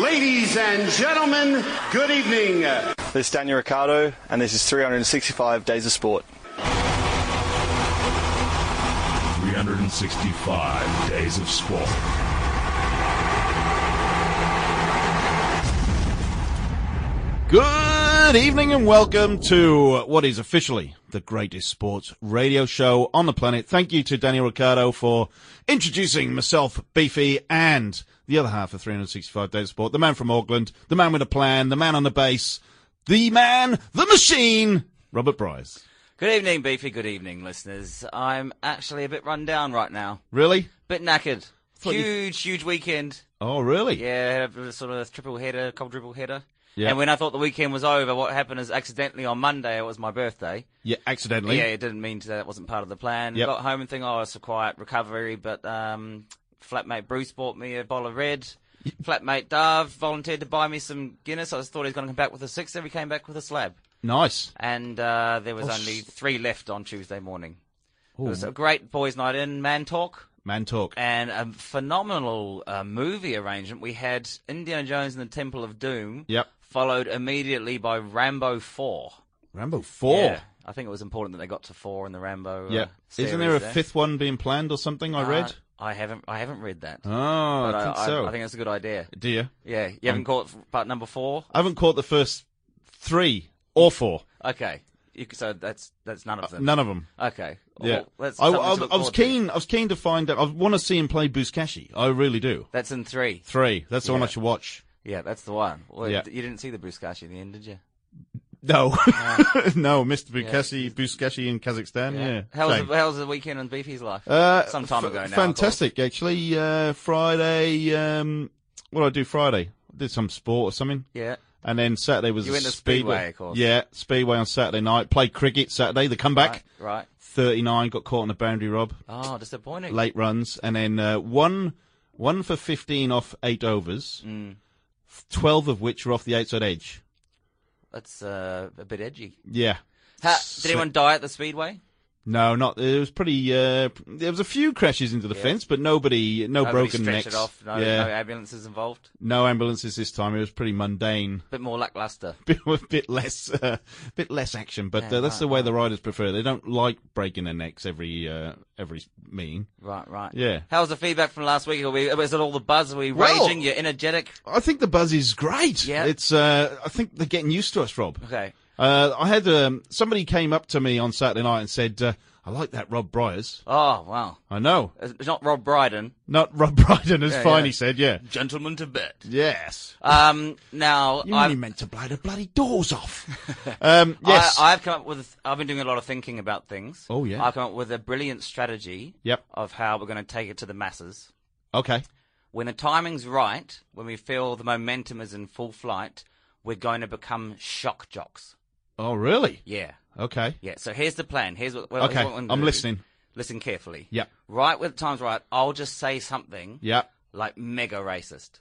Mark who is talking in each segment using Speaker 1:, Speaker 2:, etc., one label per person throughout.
Speaker 1: Ladies and gentlemen, good evening.
Speaker 2: This is Daniel Ricciardo, and this is 365 Days of Sport.
Speaker 3: 365 days of sport.
Speaker 4: Good evening and welcome to what is officially the greatest sports radio show on the planet. Thank you to Daniel Ricciardo for introducing myself, Beefy, and the other half of 365 Days of Sport, the man from Auckland, the man with a plan, the man on the base, the man, the machine, Robert Bryce.
Speaker 5: Good evening, Beefy. Good evening, listeners. I'm actually a bit run down right now.
Speaker 4: Really?
Speaker 5: Bit knackered.
Speaker 4: Thought you-
Speaker 5: Huge, huge weekend.
Speaker 4: Oh, really?
Speaker 5: Yeah, had a sort of a triple header, quadruple header.
Speaker 4: Yeah.
Speaker 5: And when I thought the weekend was over, what happened is accidentally on Monday, it was my birthday.
Speaker 4: Yeah, accidentally.
Speaker 5: Yeah, it didn't mean to, that wasn't part of the plan.
Speaker 4: Yep.
Speaker 5: Got home and think, oh, it's a quiet recovery, but um, flatmate Bruce bought me a bottle of red. Flatmate Dave volunteered to buy me some Guinness. I just thought he was going to come back with a six, and he came back with a slab.
Speaker 4: Nice.
Speaker 5: And uh, there was
Speaker 4: Oh,
Speaker 5: only
Speaker 4: s-
Speaker 5: three left on Tuesday morning. It
Speaker 4: Ooh.
Speaker 5: was a great boys' night in, man talk,
Speaker 4: Man talk.
Speaker 5: and a phenomenal uh, movie arrangement. We had Indiana Jones and the Temple of Doom,
Speaker 4: Yep.
Speaker 5: followed immediately by Rambo 4.
Speaker 4: Rambo 4.
Speaker 5: Yeah, I think it was important that they got to 4 in the Rambo.
Speaker 4: Oh. Yeah.
Speaker 5: Uh,
Speaker 4: Isn't there a
Speaker 5: series
Speaker 4: fifth one being planned or something I
Speaker 5: Uh,
Speaker 4: read?
Speaker 5: I haven't. I haven't read that.
Speaker 4: Oh,
Speaker 5: But
Speaker 4: I think so.
Speaker 5: I, think that's a good idea.
Speaker 4: Do you?
Speaker 5: Yeah, you haven't caught part number four.
Speaker 4: I haven't caught the first three or four.
Speaker 5: Okay, you, c- so that's that's none of them.
Speaker 4: Uh, None of them.
Speaker 5: Okay.
Speaker 4: Yeah.
Speaker 5: Well, that's
Speaker 4: I, I,
Speaker 5: something to
Speaker 4: I
Speaker 5: look
Speaker 4: was
Speaker 5: forward to.
Speaker 4: keen. I was keen to find out. I want to see him play Buzkashi. I really do.
Speaker 5: That's in three.
Speaker 4: Three. That's the one I
Speaker 5: Yeah.
Speaker 4: should watch.
Speaker 5: Yeah, that's the one. Well,
Speaker 4: Yeah.
Speaker 5: You didn't see the Bruce Cash in the end, did you?
Speaker 4: No, no, Mr. Buzkashi, Buzkashi in Kazakhstan. Yeah.
Speaker 5: How was,
Speaker 4: Shame.
Speaker 5: the, how was the weekend on Beefy's life?
Speaker 4: Uh,
Speaker 5: Some time
Speaker 4: f-
Speaker 5: ago now. I thought.
Speaker 4: Fantastic, actually. Uh, Friday. Um, what did I do Friday? I did some sport or something.
Speaker 5: Yeah.
Speaker 4: And then Saturday was
Speaker 5: You
Speaker 4: a
Speaker 5: went to Speedway, of course.
Speaker 4: Yeah, Speedway on Saturday night. Played cricket Saturday. The comeback.
Speaker 5: Right. right.
Speaker 4: 39 got caught on a boundary rob.
Speaker 5: Oh, disappointing.
Speaker 4: late runs, and then uh, one one for fifteen off eight overs,
Speaker 5: Mm.
Speaker 4: twelve of which were off the outside edge.
Speaker 5: That's uh, a bit edgy.
Speaker 4: Yeah,
Speaker 5: Ha,
Speaker 4: Sli-
Speaker 5: did anyone die at the Speedway?
Speaker 4: no, not it was pretty. Uh, there was a few crashes into the fence, but nobody, no
Speaker 5: Nobody
Speaker 4: broken necks.
Speaker 5: stretched it off. No,
Speaker 4: yeah,
Speaker 5: no ambulances involved.
Speaker 4: no ambulances this time. It was pretty mundane.
Speaker 5: bit more lackluster.
Speaker 4: Bit, a bit less, uh, bit less action, but
Speaker 5: Yeah,
Speaker 4: uh, that's
Speaker 5: right,
Speaker 4: the way the riders prefer. They don't like breaking their necks every uh, every meeting.
Speaker 5: Right, right.
Speaker 4: Yeah.
Speaker 5: How was the feedback from last week? Are we, is it all the buzz? Are we
Speaker 4: Well-
Speaker 5: raging? You're energetic?
Speaker 4: I think the buzz is great.
Speaker 5: Yeah.
Speaker 4: it's. Uh, I think they're getting used to us, Rob.
Speaker 5: Okay.
Speaker 4: Uh, I had um, somebody came up to me on Saturday night and said, uh, "I like that Rob Bryars."
Speaker 5: Oh, wow.
Speaker 4: I know,
Speaker 5: It's not Rob Brydon.
Speaker 4: not Rob Brydon. As
Speaker 5: Yeah,
Speaker 4: fine,
Speaker 5: yeah.
Speaker 4: he said, "Yeah,
Speaker 5: Gentleman to bed.
Speaker 4: yes."
Speaker 5: Um, now,
Speaker 4: You
Speaker 5: I've,
Speaker 4: only meant to blow the bloody doors off. um, yes,
Speaker 5: I, I've come up with. I've been doing a lot of thinking about things.
Speaker 4: Oh, yeah.
Speaker 5: I've come up with a brilliant strategy.
Speaker 4: Yep.
Speaker 5: Of how we're going to take it to the masses.
Speaker 4: okay.
Speaker 5: When the timing's right, when we feel the momentum is in full flight, we're going to become shock jocks.
Speaker 4: Oh, really?
Speaker 5: Yeah.
Speaker 4: Okay.
Speaker 5: Yeah. So here's the plan. Here's what. well, uh, here's
Speaker 4: Okay,
Speaker 5: what we're gonna
Speaker 4: I'm
Speaker 5: do.
Speaker 4: listening.
Speaker 5: Listen carefully.
Speaker 4: Yep.
Speaker 5: Right when the time's right, I'll just say something
Speaker 4: Yeah.
Speaker 5: like mega racist,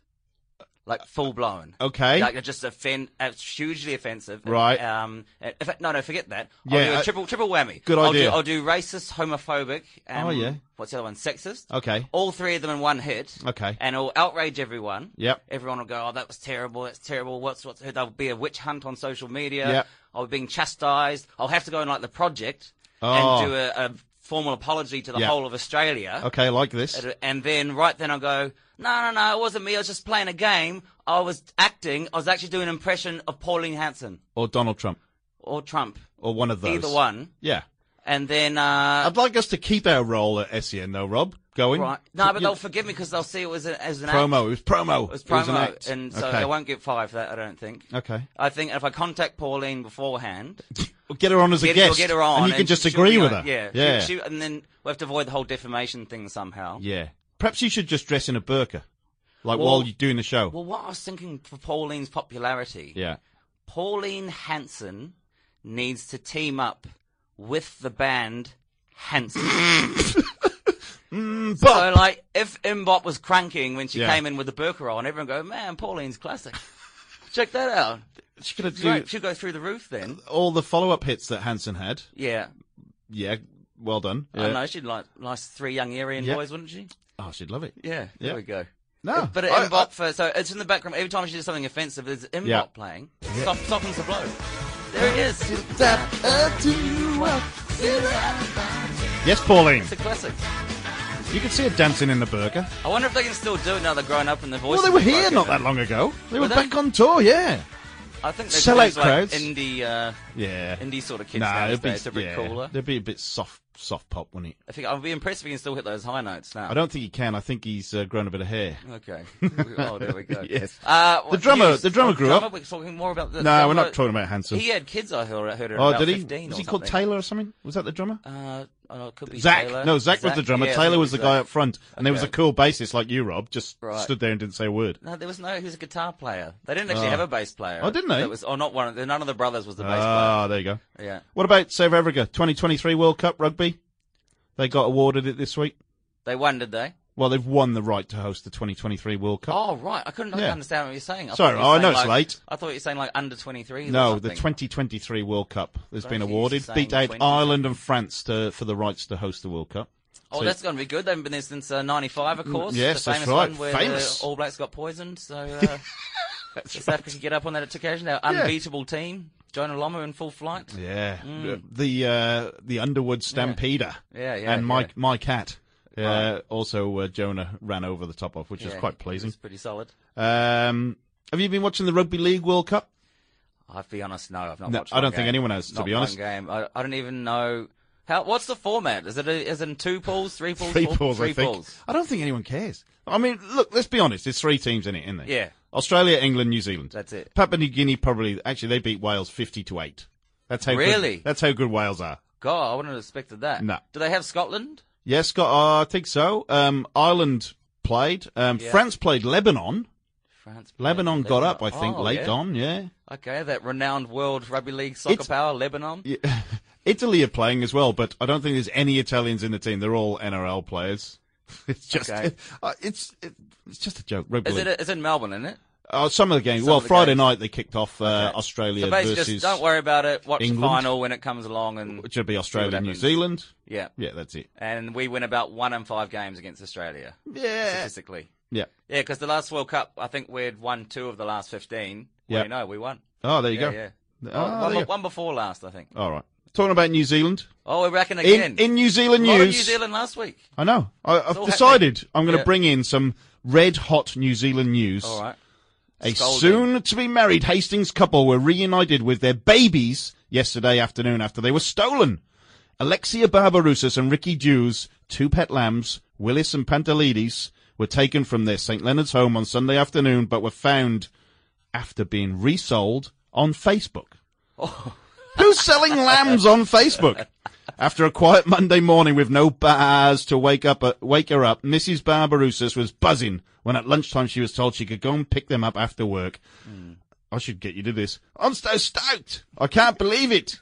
Speaker 5: like full blown.
Speaker 4: Uh, Okay.
Speaker 5: Like just offend, uh, hugely offensive. and,
Speaker 4: Right.
Speaker 5: Um. and- in fact, no, no, forget that. I'll
Speaker 4: Yeah,
Speaker 5: do a
Speaker 4: I-
Speaker 5: triple, triple whammy.
Speaker 4: Good
Speaker 5: I'll
Speaker 4: idea.
Speaker 5: Do, I'll do racist, homophobic. Um,
Speaker 4: Oh, yeah.
Speaker 5: What's the other one? Sexist.
Speaker 4: Okay.
Speaker 5: All three of them in one hit.
Speaker 4: Okay.
Speaker 5: And it'll outrage everyone.
Speaker 4: Yep.
Speaker 5: Everyone will go, oh, that was terrible. That's terrible. What's what's? There'll be a witch hunt on social media.
Speaker 4: Yep.
Speaker 5: I'll be being chastised. I'll have to go in like the project
Speaker 4: Oh.
Speaker 5: and do a, a formal apology to the
Speaker 4: Yep.
Speaker 5: whole of Australia.
Speaker 4: Okay, I like this.
Speaker 5: At- And then right then I go, no, no, no, it wasn't me. I was just playing a game. I was acting. I was actually doing an impression of Pauline Hanson
Speaker 4: Or Donald Trump,
Speaker 5: or Trump,
Speaker 4: or one of those.
Speaker 5: either one.
Speaker 4: Yeah.
Speaker 5: And then, uh,
Speaker 4: I'd like us to keep our role at SEN though, Rob. Going.
Speaker 5: right. No, but
Speaker 4: You-
Speaker 5: they'll forgive me because they'll see it was a, as an
Speaker 4: promo.
Speaker 5: act.
Speaker 4: It was promo.
Speaker 5: It was
Speaker 4: It was an act.
Speaker 5: promo. And so
Speaker 4: okay.
Speaker 5: they won't get five for that, I don't think.
Speaker 4: Okay.
Speaker 5: I think if I contact Pauline beforehand,
Speaker 4: We'll get her on as a
Speaker 5: get,
Speaker 4: guest.
Speaker 5: we'll get her on.
Speaker 4: and you can just
Speaker 5: she'll
Speaker 4: agree
Speaker 5: be
Speaker 4: with
Speaker 5: on-
Speaker 4: her.
Speaker 5: Yeah.
Speaker 4: Yeah.
Speaker 5: She, she, and then we'll have to avoid the whole defamation thing somehow.
Speaker 4: Yeah. Perhaps you should just dress in a burqa, like
Speaker 5: Well-
Speaker 4: while you're doing the show.
Speaker 5: Well, what I was thinking for Pauline's popularity.
Speaker 4: yeah.
Speaker 5: Pauline Hanson needs to team up with the band Hanson. so, like, if Mbop was cranking when she
Speaker 4: Mm, Yeah.
Speaker 5: came in with the burqa on, everyone go, man, Pauline's classic. Check that out.
Speaker 4: She's gonna do
Speaker 5: Great. She'll go through the roof then.
Speaker 4: all the follow-up hits that Hanson had.
Speaker 5: Yeah.
Speaker 4: Yeah. Well done.
Speaker 5: I
Speaker 4: Yeah.
Speaker 5: know. She'd like nice three young Aryan
Speaker 4: Yeah.
Speaker 5: boys, wouldn't she?
Speaker 4: Oh, she'd love it.
Speaker 5: Yeah. There
Speaker 4: Yeah.
Speaker 5: we go.
Speaker 4: No.
Speaker 5: But an
Speaker 4: I-
Speaker 5: Mbop for so it's in the background. Every time she does something offensive, there's Mbop
Speaker 4: Yeah.
Speaker 5: playing. Stop, softens the blow. There it is.
Speaker 4: Yes, Pauline.
Speaker 5: It's a classic.
Speaker 4: You can see her dancing in the burger.
Speaker 5: I wonder if they can still do it now they're grown up and their
Speaker 4: Well,
Speaker 5: voices.
Speaker 4: they were
Speaker 5: are
Speaker 4: here
Speaker 5: broken.
Speaker 4: not that long ago. They were,
Speaker 5: Were they?
Speaker 4: back on tour, yeah.
Speaker 5: I think they
Speaker 4: Sell
Speaker 5: use,
Speaker 4: out
Speaker 5: like
Speaker 4: crowds.
Speaker 5: indie, uh,
Speaker 4: Yeah.
Speaker 5: indie sort of kids
Speaker 4: nah,
Speaker 5: nowadays.
Speaker 4: it'd be,
Speaker 5: It's a bit
Speaker 4: yeah,
Speaker 5: cooler.
Speaker 4: It'd be a bit soft, soft pop, wouldn't it?
Speaker 5: I think I'd be impressed if he can still hit those high notes now.
Speaker 4: I don't think he can. I think he's uh, grown a bit of hair.
Speaker 5: Okay. oh, there we go.
Speaker 4: Yes.
Speaker 5: Uh,
Speaker 4: The drummer-
Speaker 5: news?
Speaker 4: the drummer
Speaker 5: Oh,
Speaker 4: grew
Speaker 5: drummer,
Speaker 4: up.
Speaker 5: We're talking more about the.
Speaker 4: No,
Speaker 5: drummer-
Speaker 4: we're not talking about Hanson.
Speaker 5: He had kids. I heard. heard at
Speaker 4: oh,
Speaker 5: about
Speaker 4: did he?
Speaker 5: 15 or
Speaker 4: Was he called
Speaker 5: something.
Speaker 4: Taylor or something? Was that the drummer?
Speaker 5: Uh, oh, it could be
Speaker 4: Zach.
Speaker 5: Taylor.
Speaker 4: No, Zach, was the drummer.
Speaker 5: yeah,
Speaker 4: Taylor
Speaker 5: it
Speaker 4: was the
Speaker 5: Zach.
Speaker 4: guy up front, and there was a
Speaker 5: Okay.
Speaker 4: cool bassist like you, Rob, just
Speaker 5: Right.
Speaker 4: stood there and didn't say a word.
Speaker 5: No, there was no. He was a guitar player. They didn't actually have a bass player.
Speaker 4: Oh, didn't they?
Speaker 5: That was, or not one. Of the, none of the brothers was the bass
Speaker 4: Ah, there you go.
Speaker 5: player. Yeah,
Speaker 4: What about South Africa 2023 World Cup rugby? They got awarded it this week.
Speaker 5: they won, did they?
Speaker 4: Well, they've won the right to host the 2023 World Cup.
Speaker 5: Oh, right. I couldn't I
Speaker 4: Yeah.
Speaker 5: couldn't understand what you're saying. I
Speaker 4: Sorry,
Speaker 5: thought you were
Speaker 4: I know
Speaker 5: saying,
Speaker 4: it's
Speaker 5: like-
Speaker 4: late.
Speaker 5: I thought you were saying like under 23.
Speaker 4: no, the 2023 World Cup has been
Speaker 5: think he's
Speaker 4: awarded.
Speaker 5: saying
Speaker 4: Beat out
Speaker 5: 20.
Speaker 4: Ireland and France to, for the rights to host the World Cup.
Speaker 5: Oh,
Speaker 4: so-
Speaker 5: that's going to be good. They've been there since uh, '95, of course.
Speaker 4: Mm, yes,
Speaker 5: the
Speaker 4: that's
Speaker 5: famous
Speaker 4: right.
Speaker 5: One where
Speaker 4: Famous.
Speaker 5: The All Blacks got poisoned. So uh, South Africa get up on that occasion. They're unbeatable team. Jonah Lomu in full flight.
Speaker 4: Yeah, the uh, the Underwood Stampeder.
Speaker 5: Mm. Yeah, yeah,
Speaker 4: and my
Speaker 5: yeah.
Speaker 4: my cat. Uh, Also, uh, Jonah ran over the top of, which was
Speaker 5: Yeah,
Speaker 4: quite
Speaker 5: it
Speaker 4: pleasing.
Speaker 5: was pretty solid.
Speaker 4: Um, have you been watching the Rugby League World Cup?
Speaker 5: I'll be honest. No, I've not.
Speaker 4: No,
Speaker 5: watched
Speaker 4: I
Speaker 5: one
Speaker 4: don't think
Speaker 5: game.
Speaker 4: anyone has, to
Speaker 5: Not
Speaker 4: be
Speaker 5: one
Speaker 4: honest.
Speaker 5: game. I, I don't even know how. What's the format? Is it a, is it in two pools, three pools,
Speaker 4: Three
Speaker 5: four-
Speaker 4: balls,
Speaker 5: three
Speaker 4: I think.
Speaker 5: pools?
Speaker 4: I don't think anyone cares. I mean, look, let's be honest. There's three teams in it, isn't there?
Speaker 5: Yeah.
Speaker 4: Australia, England, New Zealand.
Speaker 5: That's it.
Speaker 4: Papua New Guinea probably. Actually, they beat Wales 50 to eight. That's how good-
Speaker 5: Really?
Speaker 4: that's how good Wales are.
Speaker 5: God, I wouldn't have expected that.
Speaker 4: No.
Speaker 5: Do they have Scotland?
Speaker 4: Yes, Scott. I think so. Um, Ireland played. Um,
Speaker 5: Yeah.
Speaker 4: France played Lebanon.
Speaker 5: France. played
Speaker 4: Lebanon got up, I think,
Speaker 5: Oh,
Speaker 4: late
Speaker 5: yeah.
Speaker 4: on. Yeah.
Speaker 5: Okay, that renowned World Rugby League soccer
Speaker 4: It's-
Speaker 5: power, Lebanon.
Speaker 4: Italy are playing as well, but I don't think there's any Italians in the team. They're all NRL players. It's just
Speaker 5: Okay.
Speaker 4: uh, it's it, it's just a joke. Rugby
Speaker 5: Is it?
Speaker 4: league.
Speaker 5: It's in Melbourne, isn't it?
Speaker 4: Uh, some of the games.
Speaker 5: Some
Speaker 4: well,
Speaker 5: of the
Speaker 4: Friday
Speaker 5: games.
Speaker 4: night they kicked off uh, Australia
Speaker 5: So basically,
Speaker 4: versus
Speaker 5: just don't worry about it. Watch the
Speaker 4: England.
Speaker 5: final when it comes along, and
Speaker 4: which would be Australia and New
Speaker 5: happens.
Speaker 4: Zealand.
Speaker 5: yeah,
Speaker 4: Yeah, that's it.
Speaker 5: and we win about one in five games against Australia
Speaker 4: Yeah,
Speaker 5: statistically.
Speaker 4: yeah.
Speaker 5: Yeah, because the last World Cup, I think we'd won two of the last fifteen.
Speaker 4: Yeah.
Speaker 5: Yeah, no, we won.
Speaker 4: Oh, there you
Speaker 5: Yeah,
Speaker 4: go.
Speaker 5: yeah.
Speaker 4: Ah,
Speaker 5: One-
Speaker 4: there
Speaker 5: one,
Speaker 4: you
Speaker 5: be-
Speaker 4: go.
Speaker 5: one before last, I think.
Speaker 4: All right. Talking about New Zealand
Speaker 5: Oh, we're backing
Speaker 4: in
Speaker 5: again.
Speaker 4: in New Zealand
Speaker 5: a lot of New
Speaker 4: news.
Speaker 5: Zealand last week.
Speaker 4: I know. I, I've
Speaker 5: all
Speaker 4: decided I'm going to
Speaker 5: Yeah.
Speaker 4: bring in some red hot New Zealand news.
Speaker 5: All right.
Speaker 4: A
Speaker 5: Scolding.
Speaker 4: soon to be married Hastings couple were reunited with their babies yesterday afternoon after they were stolen. Alexia Barbarousis and Ricky Dews, two pet lambs, Willis and Pantelides, were taken from their St. Leonard's home on Sunday afternoon but were found after being resold on Facebook. Who's selling lambs on Facebook? After a quiet Monday morning with no bars to wake up, uh, wake her up, Mrs. Barbarousis was buzzing when at lunchtime she was told she could go and pick them up after work. I should get you to this. I'm so stoked. I can't believe it.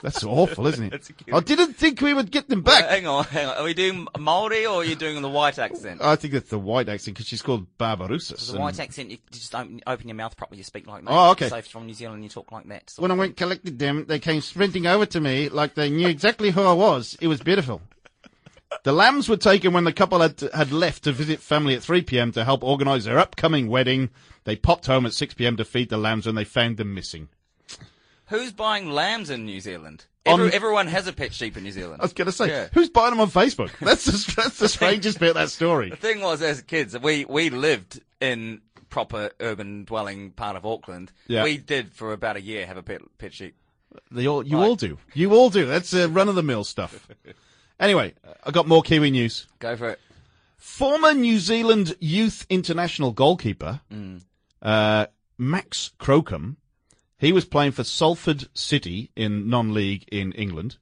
Speaker 4: That's awful, isn't it? I didn't think we would get them back.
Speaker 5: Hang on, hang on. Are we doing Maori or are you doing the white accent?
Speaker 4: I think that's the white accent because she's called Barbarousis.
Speaker 5: the
Speaker 4: and-
Speaker 5: white accent, you just open, open your mouth properly. You speak like that.
Speaker 4: Oh, okay.
Speaker 5: So if you're from New Zealand, you talk like that. So
Speaker 4: When I went and collected them, they came sprinting over to me like they knew exactly who I was. It was beautiful. The lambs were taken when the couple had, had left to visit family at 3 p.m. to help organize their upcoming wedding. They popped home at 6 p.m. to feed the lambs when they found them missing.
Speaker 5: Who's buying lambs in New Zealand?
Speaker 4: On-
Speaker 5: Every, everyone has a pet sheep in New Zealand.
Speaker 4: I was going to say,
Speaker 5: Yeah.
Speaker 4: who's buying them on Facebook? That's the, that's the strangest bit of that story.
Speaker 5: The thing was, as kids, we, we lived in proper urban dwelling part of Auckland.
Speaker 4: Yeah.
Speaker 5: We did for about a year have a pet, pet sheep.
Speaker 4: They all, you all do. You all do. That's uh, run of the mill stuff. Anyway, I got more Kiwi news.
Speaker 5: Go for it.
Speaker 4: Former New Zealand youth international goalkeeper
Speaker 5: Mm.
Speaker 4: uh, Max Crocombe, he was playing for Salford City in non-league in England.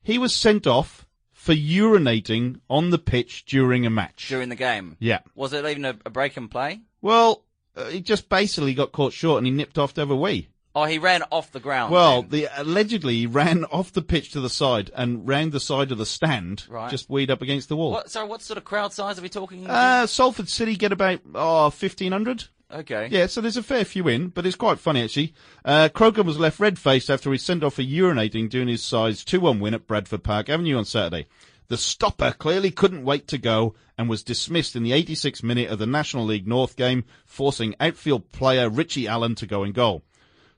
Speaker 4: He was sent off for urinating on the pitch during a match.
Speaker 5: During the game.
Speaker 4: yeah.
Speaker 5: Was it even a, a break and play?
Speaker 4: Well, uh, he just basically got caught short and he nipped off to have a wee.
Speaker 5: Oh, he ran off the ground.
Speaker 4: Well,
Speaker 5: then.
Speaker 4: the, allegedly he ran off the pitch to the side and round the side of the stand,
Speaker 5: Right.
Speaker 4: just weed up against the wall.
Speaker 5: What, sorry, what sort of crowd size are we talking?
Speaker 4: Uh, Salford City get about oh, 1,500.
Speaker 5: okay.
Speaker 4: Yeah, so there's a fair few in, but it's quite funny actually. Uh, Croker was left red-faced after he sent off for urinating during his side's 2-1 win at Bradford Park Avenue on Saturday. The stopper clearly couldn't wait to go and was dismissed in the 86th minute of the National League North game, forcing outfield player Richie Allen to go in goal.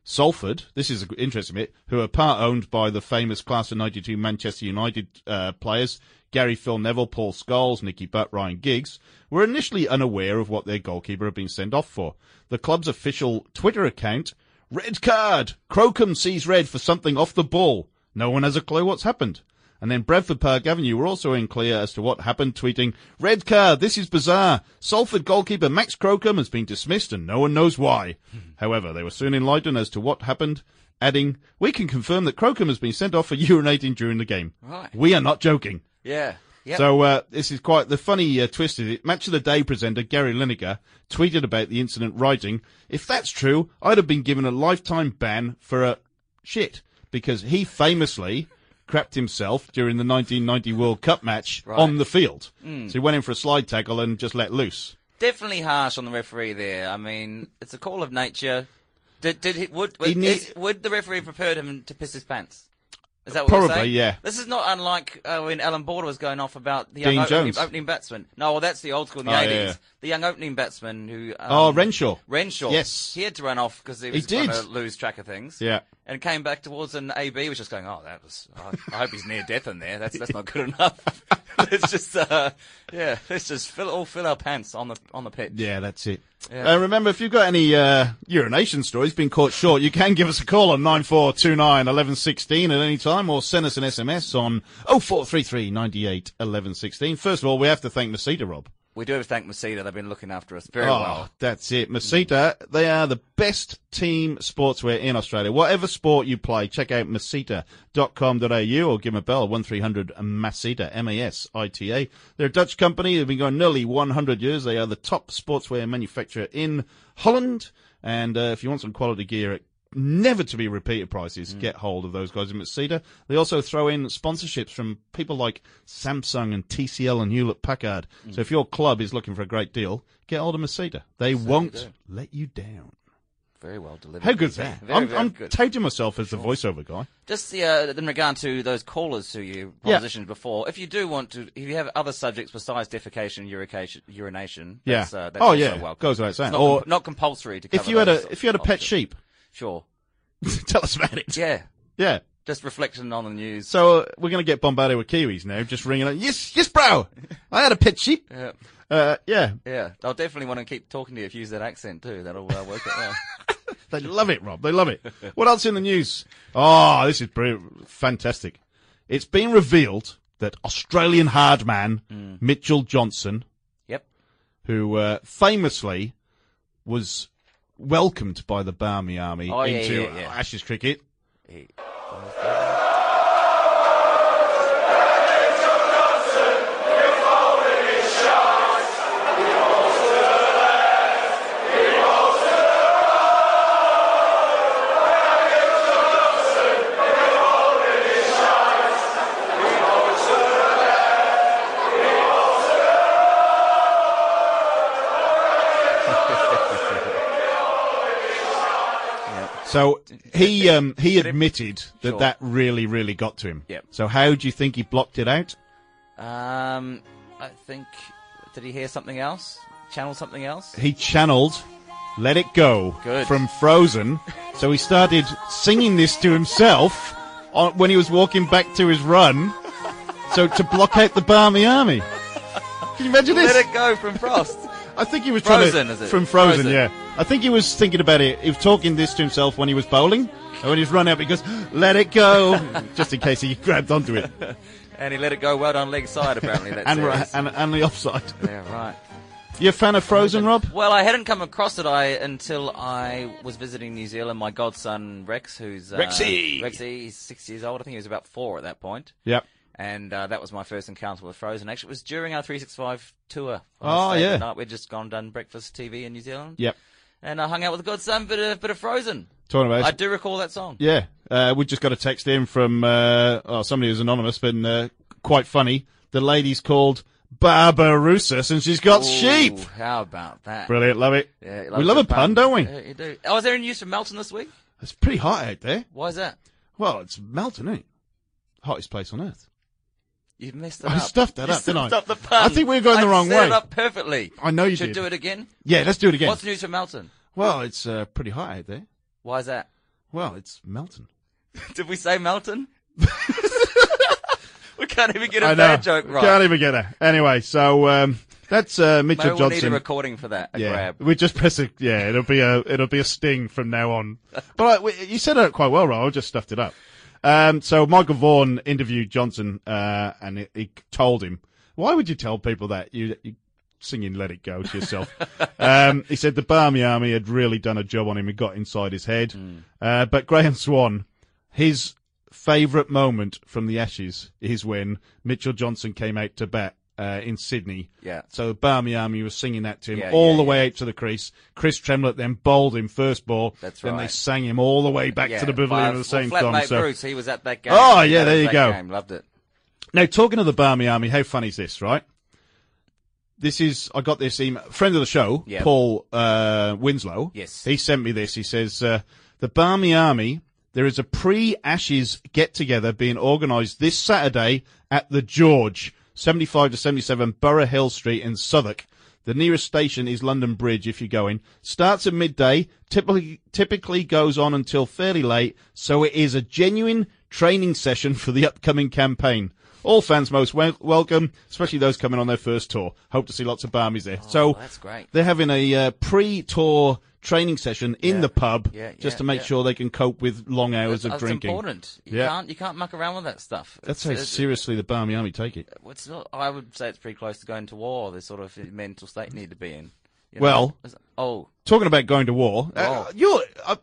Speaker 4: Salford, this is an interesting bit, who are part owned by the famous class of 92 Manchester United uh, players, Gary Phil Neville, Paul Scholes, Nicky Butt, Ryan Giggs, were initially unaware of what their goalkeeper had been sent off for. The club's official Twitter account, red card, Crocombe sees red for something off the ball. No one has a clue what's happened. And then Bradford Park Avenue were also unclear as to what happened, tweeting, Red card, this is bizarre. Salford goalkeeper Max Crocombe has been dismissed and no one knows why. However, they were soon enlightened as to what happened, adding, We can confirm that Crocombe has been sent off for urinating during the game.
Speaker 5: Right.
Speaker 4: We are not joking.
Speaker 5: Yeah. Yep.
Speaker 4: So uh, this is quite the funny uh, twist. Is it? Match of the day presenter Gary Lineker tweeted about the incident, writing, "If that's true, I'd have been given a lifetime ban for a shit because he famously crapped himself during the 1990 World Cup match
Speaker 5: Right. Mm.
Speaker 4: on the field. So he went in for a slide tackle and just let loose.
Speaker 5: Definitely harsh on the referee there. I mean, it's a call of nature. Did did he, would would,
Speaker 4: need-
Speaker 5: is- would the referee have prepared him to piss his pants? Is that what you're
Speaker 4: Probably,
Speaker 5: saying?
Speaker 4: yeah.
Speaker 5: This is not unlike uh, when Alan Border was going off about the
Speaker 4: Dean
Speaker 5: young opening,
Speaker 4: Jones.
Speaker 5: opening batsman. No, well, that's the old school in the
Speaker 4: Oh, yeah,
Speaker 5: 80s.
Speaker 4: yeah.
Speaker 5: The young opening batsman who. Um,
Speaker 4: oh, Renshaw.
Speaker 5: Renshaw.
Speaker 4: Yes.
Speaker 5: He had to run off because he was
Speaker 4: did.
Speaker 5: going to lose track of things.
Speaker 4: Yeah.
Speaker 5: And came back towards an AB, was just going, oh, that was. I, I hope he's near death in there. That's that's not good enough. let's just, uh, yeah, let's just fill all fill our pants on the on the pitch.
Speaker 4: Yeah, that's it.
Speaker 5: Yeah.
Speaker 4: Uh, remember, if you've got any uh, urination stories being caught short, you can give us a call on 9429 1116 at any time or send us an SMS on 0433 98 1116. First of all, we have to thank Masita, Rob.
Speaker 5: We do have to thank Masita. They've been looking after us very
Speaker 4: oh,
Speaker 5: well.
Speaker 4: that's it. Masita, they are the best team sportswear in Australia. Whatever sport you play, check out masita.com.au or give them a bell, 1300 Masita, M-A-S-I-T-A. They're a Dutch company. They've been going nearly 100 years. They are the top sportswear manufacturer in Holland. And uh, if you want some quality gear at never to be repeated prices,
Speaker 5: Mm.
Speaker 4: get hold of those guys in Masita. They also throw in sponsorships from people like Samsung and TCL and Hewlett Packard.
Speaker 5: Mm.
Speaker 4: So if your club is looking for a great deal, get hold of Masita. They won't
Speaker 5: do.
Speaker 4: let you down.
Speaker 5: Very well delivered.
Speaker 4: How good's that?
Speaker 5: Very,
Speaker 4: I'm,
Speaker 5: very
Speaker 4: I'm
Speaker 5: good.
Speaker 4: touting myself as the voiceover guy.
Speaker 5: Just the, uh, in regard to those callers who you
Speaker 4: Yeah.
Speaker 5: propositioned before, if you do want to, if you have other subjects besides defecation, and urication, urination,
Speaker 4: Yeah.
Speaker 5: that's, uh, that's
Speaker 4: oh
Speaker 5: also
Speaker 4: yeah,
Speaker 5: welcome.
Speaker 4: goes without saying.
Speaker 5: It's not,
Speaker 4: Or
Speaker 5: com- not compulsory to cover
Speaker 4: if you had
Speaker 5: those
Speaker 4: a if you had a pet
Speaker 5: options.
Speaker 4: sheep,
Speaker 5: Sure.
Speaker 4: tell us about it.
Speaker 5: Yeah.
Speaker 4: yeah.
Speaker 5: Just reflecting on the news.
Speaker 4: So uh, we're going to get bombarded with Kiwis now, just ringing up. Yes, yes, bro. I had a pet sheep.
Speaker 5: Yeah.
Speaker 4: Uh, yeah,
Speaker 5: Yeah. I'll definitely want to keep talking to you if you use that accent too. That'll uh, work out well.
Speaker 4: They love it, Rob. They love it. What else in the news? Oh, this is brilliant. fantastic. It's been revealed that Australian hard man
Speaker 5: Hmm.
Speaker 4: Mitchell Johnson,
Speaker 5: Yep.
Speaker 4: who uh, famously was welcomed by the Barmy Army
Speaker 5: Oh, yeah,
Speaker 4: into
Speaker 5: yeah, yeah.
Speaker 4: Ashes cricket,
Speaker 5: He-
Speaker 4: so he um, he admitted that
Speaker 5: Sure.
Speaker 4: that really really got to him.
Speaker 5: Yep.
Speaker 4: So how do you think he blocked it out?
Speaker 5: Um, I think, did he hear something else? Channel something else?
Speaker 4: he channeled Let It Go
Speaker 5: Good.
Speaker 4: from Frozen. So he started singing this to himself on, when he was walking back to his run. So to block out the Barmy army. Can you imagine this?
Speaker 5: Let it go from Frost.
Speaker 4: I think he was trying
Speaker 5: Frozen,
Speaker 4: to,
Speaker 5: is it?
Speaker 4: From Frozen,
Speaker 5: Frozen.
Speaker 4: yeah. I think he was thinking about it. He was talking this to himself when he was bowling. And when he's run out, he goes, let it go, just in case he grabbed onto it.
Speaker 5: and he let it go well down leg side, apparently. That
Speaker 4: and, ri-
Speaker 5: series.
Speaker 4: and, and the offside.
Speaker 5: yeah, right.
Speaker 4: You a fan of Frozen, Rob?
Speaker 5: Well, I hadn't come across it I until I was visiting New Zealand. My godson Rex, who's uh,
Speaker 4: Rexy!
Speaker 5: Rexy, he's six years old. I think he was about four at that point.
Speaker 4: Yep.
Speaker 5: And uh, that was my first encounter with Frozen. Actually, it was during our 365 tour.
Speaker 4: Oh,
Speaker 5: Saturday
Speaker 4: yeah.
Speaker 5: night. We'd just gone and done breakfast TV in New Zealand.
Speaker 4: Yep.
Speaker 5: And I hung out with the godson, bit of, bit of Frozen.
Speaker 4: Talking about
Speaker 5: I do recall that song.
Speaker 4: Yeah, uh, we just got a text in from uh, oh, somebody who's anonymous, but uh, quite funny. The lady's called Barbarousis, and she's got sheep.
Speaker 5: Ooh, how about that?
Speaker 4: Brilliant, love it.
Speaker 5: Yeah, he
Speaker 4: we
Speaker 5: loves
Speaker 4: love a pun, don't we?
Speaker 5: Yeah, you do. Oh, is there any news from Melton this week?
Speaker 4: It's pretty hot out there.
Speaker 5: Why is that?
Speaker 4: Well, it's melting, isn't it? Hottest place on earth.
Speaker 5: You've messed it
Speaker 4: I
Speaker 5: up.
Speaker 4: stuffed that
Speaker 5: You
Speaker 4: up, didn't I?
Speaker 5: stuffed up the pun.
Speaker 4: I think we were going the
Speaker 5: I
Speaker 4: wrong
Speaker 5: set
Speaker 4: way.
Speaker 5: it up perfectly.
Speaker 4: I know you
Speaker 5: Should
Speaker 4: did.
Speaker 5: do it again.
Speaker 4: Yeah, let's do it again.
Speaker 5: What's the news from Melton?
Speaker 4: well, it's uh, pretty hot out there.
Speaker 5: Why is that?
Speaker 4: Well, it's Melton.
Speaker 5: Did we say Melton? we can't even get a
Speaker 4: I know.
Speaker 5: bad joke right.
Speaker 4: Can't even get her. Anyway, so um, that's uh, Mitchell
Speaker 5: Maybe we'll need a
Speaker 4: Johnson.
Speaker 5: recording for that. A
Speaker 4: yeah,
Speaker 5: grab.
Speaker 4: we just press it. Yeah, it'll be a it'll be a sting from now on. But I, you said it quite well, Raoul. I just stuffed it up. Um, so Michael Vaughan interviewed Johnson, uh, and he, he told him, "Why would you tell people that you?" you Singing "Let It Go" to yourself. um, he said the Barmy Army had really done a job on him. It got inside his head.
Speaker 5: Hmm.
Speaker 4: Uh, but Graham Swan, his favourite moment from the Ashes is when Mitchell Johnson came out to bat uh, in Sydney.
Speaker 5: Yeah.
Speaker 4: So Barmy Army was singing that to him
Speaker 5: Yeah,
Speaker 4: all
Speaker 5: yeah,
Speaker 4: the
Speaker 5: yeah.
Speaker 4: way out to the crease. Chris Tremlett then bowled him first ball.
Speaker 5: That's
Speaker 4: Then they
Speaker 5: right.
Speaker 4: sang him all the way back
Speaker 5: Yeah,
Speaker 4: to the pavilion
Speaker 5: well,
Speaker 4: at the
Speaker 5: well,
Speaker 4: same time.
Speaker 5: flatmate
Speaker 4: So
Speaker 5: Bruce, he was at that game.
Speaker 4: Oh, yeah, there
Speaker 5: was
Speaker 4: you
Speaker 5: that
Speaker 4: go.
Speaker 5: Game. Loved it.
Speaker 4: now talking of the Barmy Army, how funny is this, right? This is I got this email friend of the show,
Speaker 5: Yeah.
Speaker 4: Paul uh, Winslow.
Speaker 5: Yes.
Speaker 4: he sent me this. He says uh, the Barmy Army. There is a pre-Ashes get-together being organised this Saturday at the George, 75 to 77 Borough Hill Street in Southwark. The nearest station is London Bridge if you're going. Starts at midday, typically, typically goes on until fairly late, so it is a genuine training session for the upcoming campaign. All fans most wel- welcome, especially those coming on their first tour. Hope to see lots of Barmies there. so
Speaker 5: Oh, that's great.
Speaker 4: they're having a uh, pre-tour training session in the pub
Speaker 5: Yeah,
Speaker 4: just
Speaker 5: yeah,
Speaker 4: to make
Speaker 5: yeah.
Speaker 4: sure they can cope with long hours of
Speaker 5: That's
Speaker 4: drinking.
Speaker 5: important. You
Speaker 4: Yeah.
Speaker 5: can't you can't muck around with that stuff.
Speaker 4: That's how
Speaker 5: It's- it's-
Speaker 4: seriously the Barmy Army take it.
Speaker 5: It's not, I would say it's pretty close to going to war. The sort of mental state you need to be in. you know?
Speaker 4: Well-
Speaker 5: oh,
Speaker 4: Talking about going to war, uh,
Speaker 5: Oh.
Speaker 4: you're uh,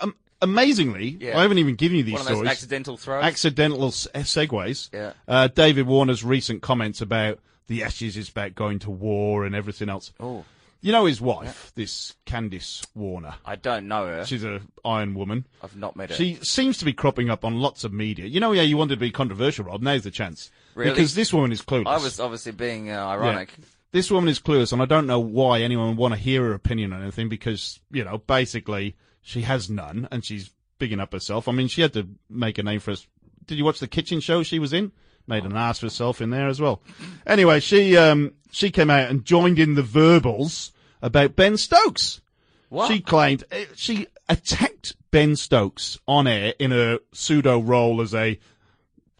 Speaker 4: um, amazingly.
Speaker 5: Yeah.
Speaker 4: I haven't even given you these
Speaker 5: one of those
Speaker 4: stories.
Speaker 5: accidental throws.
Speaker 4: accidental s- eh, segues.
Speaker 5: Yeah.
Speaker 4: Uh, David Warner's recent comments about the Ashes is about going to war and everything else.
Speaker 5: oh,
Speaker 4: You know his wife, this Candice Warner.
Speaker 5: I don't know her.
Speaker 4: She's a Iron Woman.
Speaker 5: I've not met her.
Speaker 4: She seems to be cropping up on lots of media. You know, yeah, you wanted to be controversial, Rob. Now's the chance.
Speaker 5: Really?
Speaker 4: Because this woman is clueless.
Speaker 5: I was obviously being uh, ironic.
Speaker 4: Yeah. This woman is clueless, and I don't know why anyone would want to hear her opinion on anything because, you know, basically she has none and she's bigging up herself. I mean, she had to make a name for us. Did you watch the kitchen show she was in? Made an ass for herself in there as well. Anyway, she um, she came out and joined in the verbals about Ben Stokes.
Speaker 5: What? Oh,
Speaker 4: She claimed eh, she attacked Ben Stokes on air in a pseudo role as a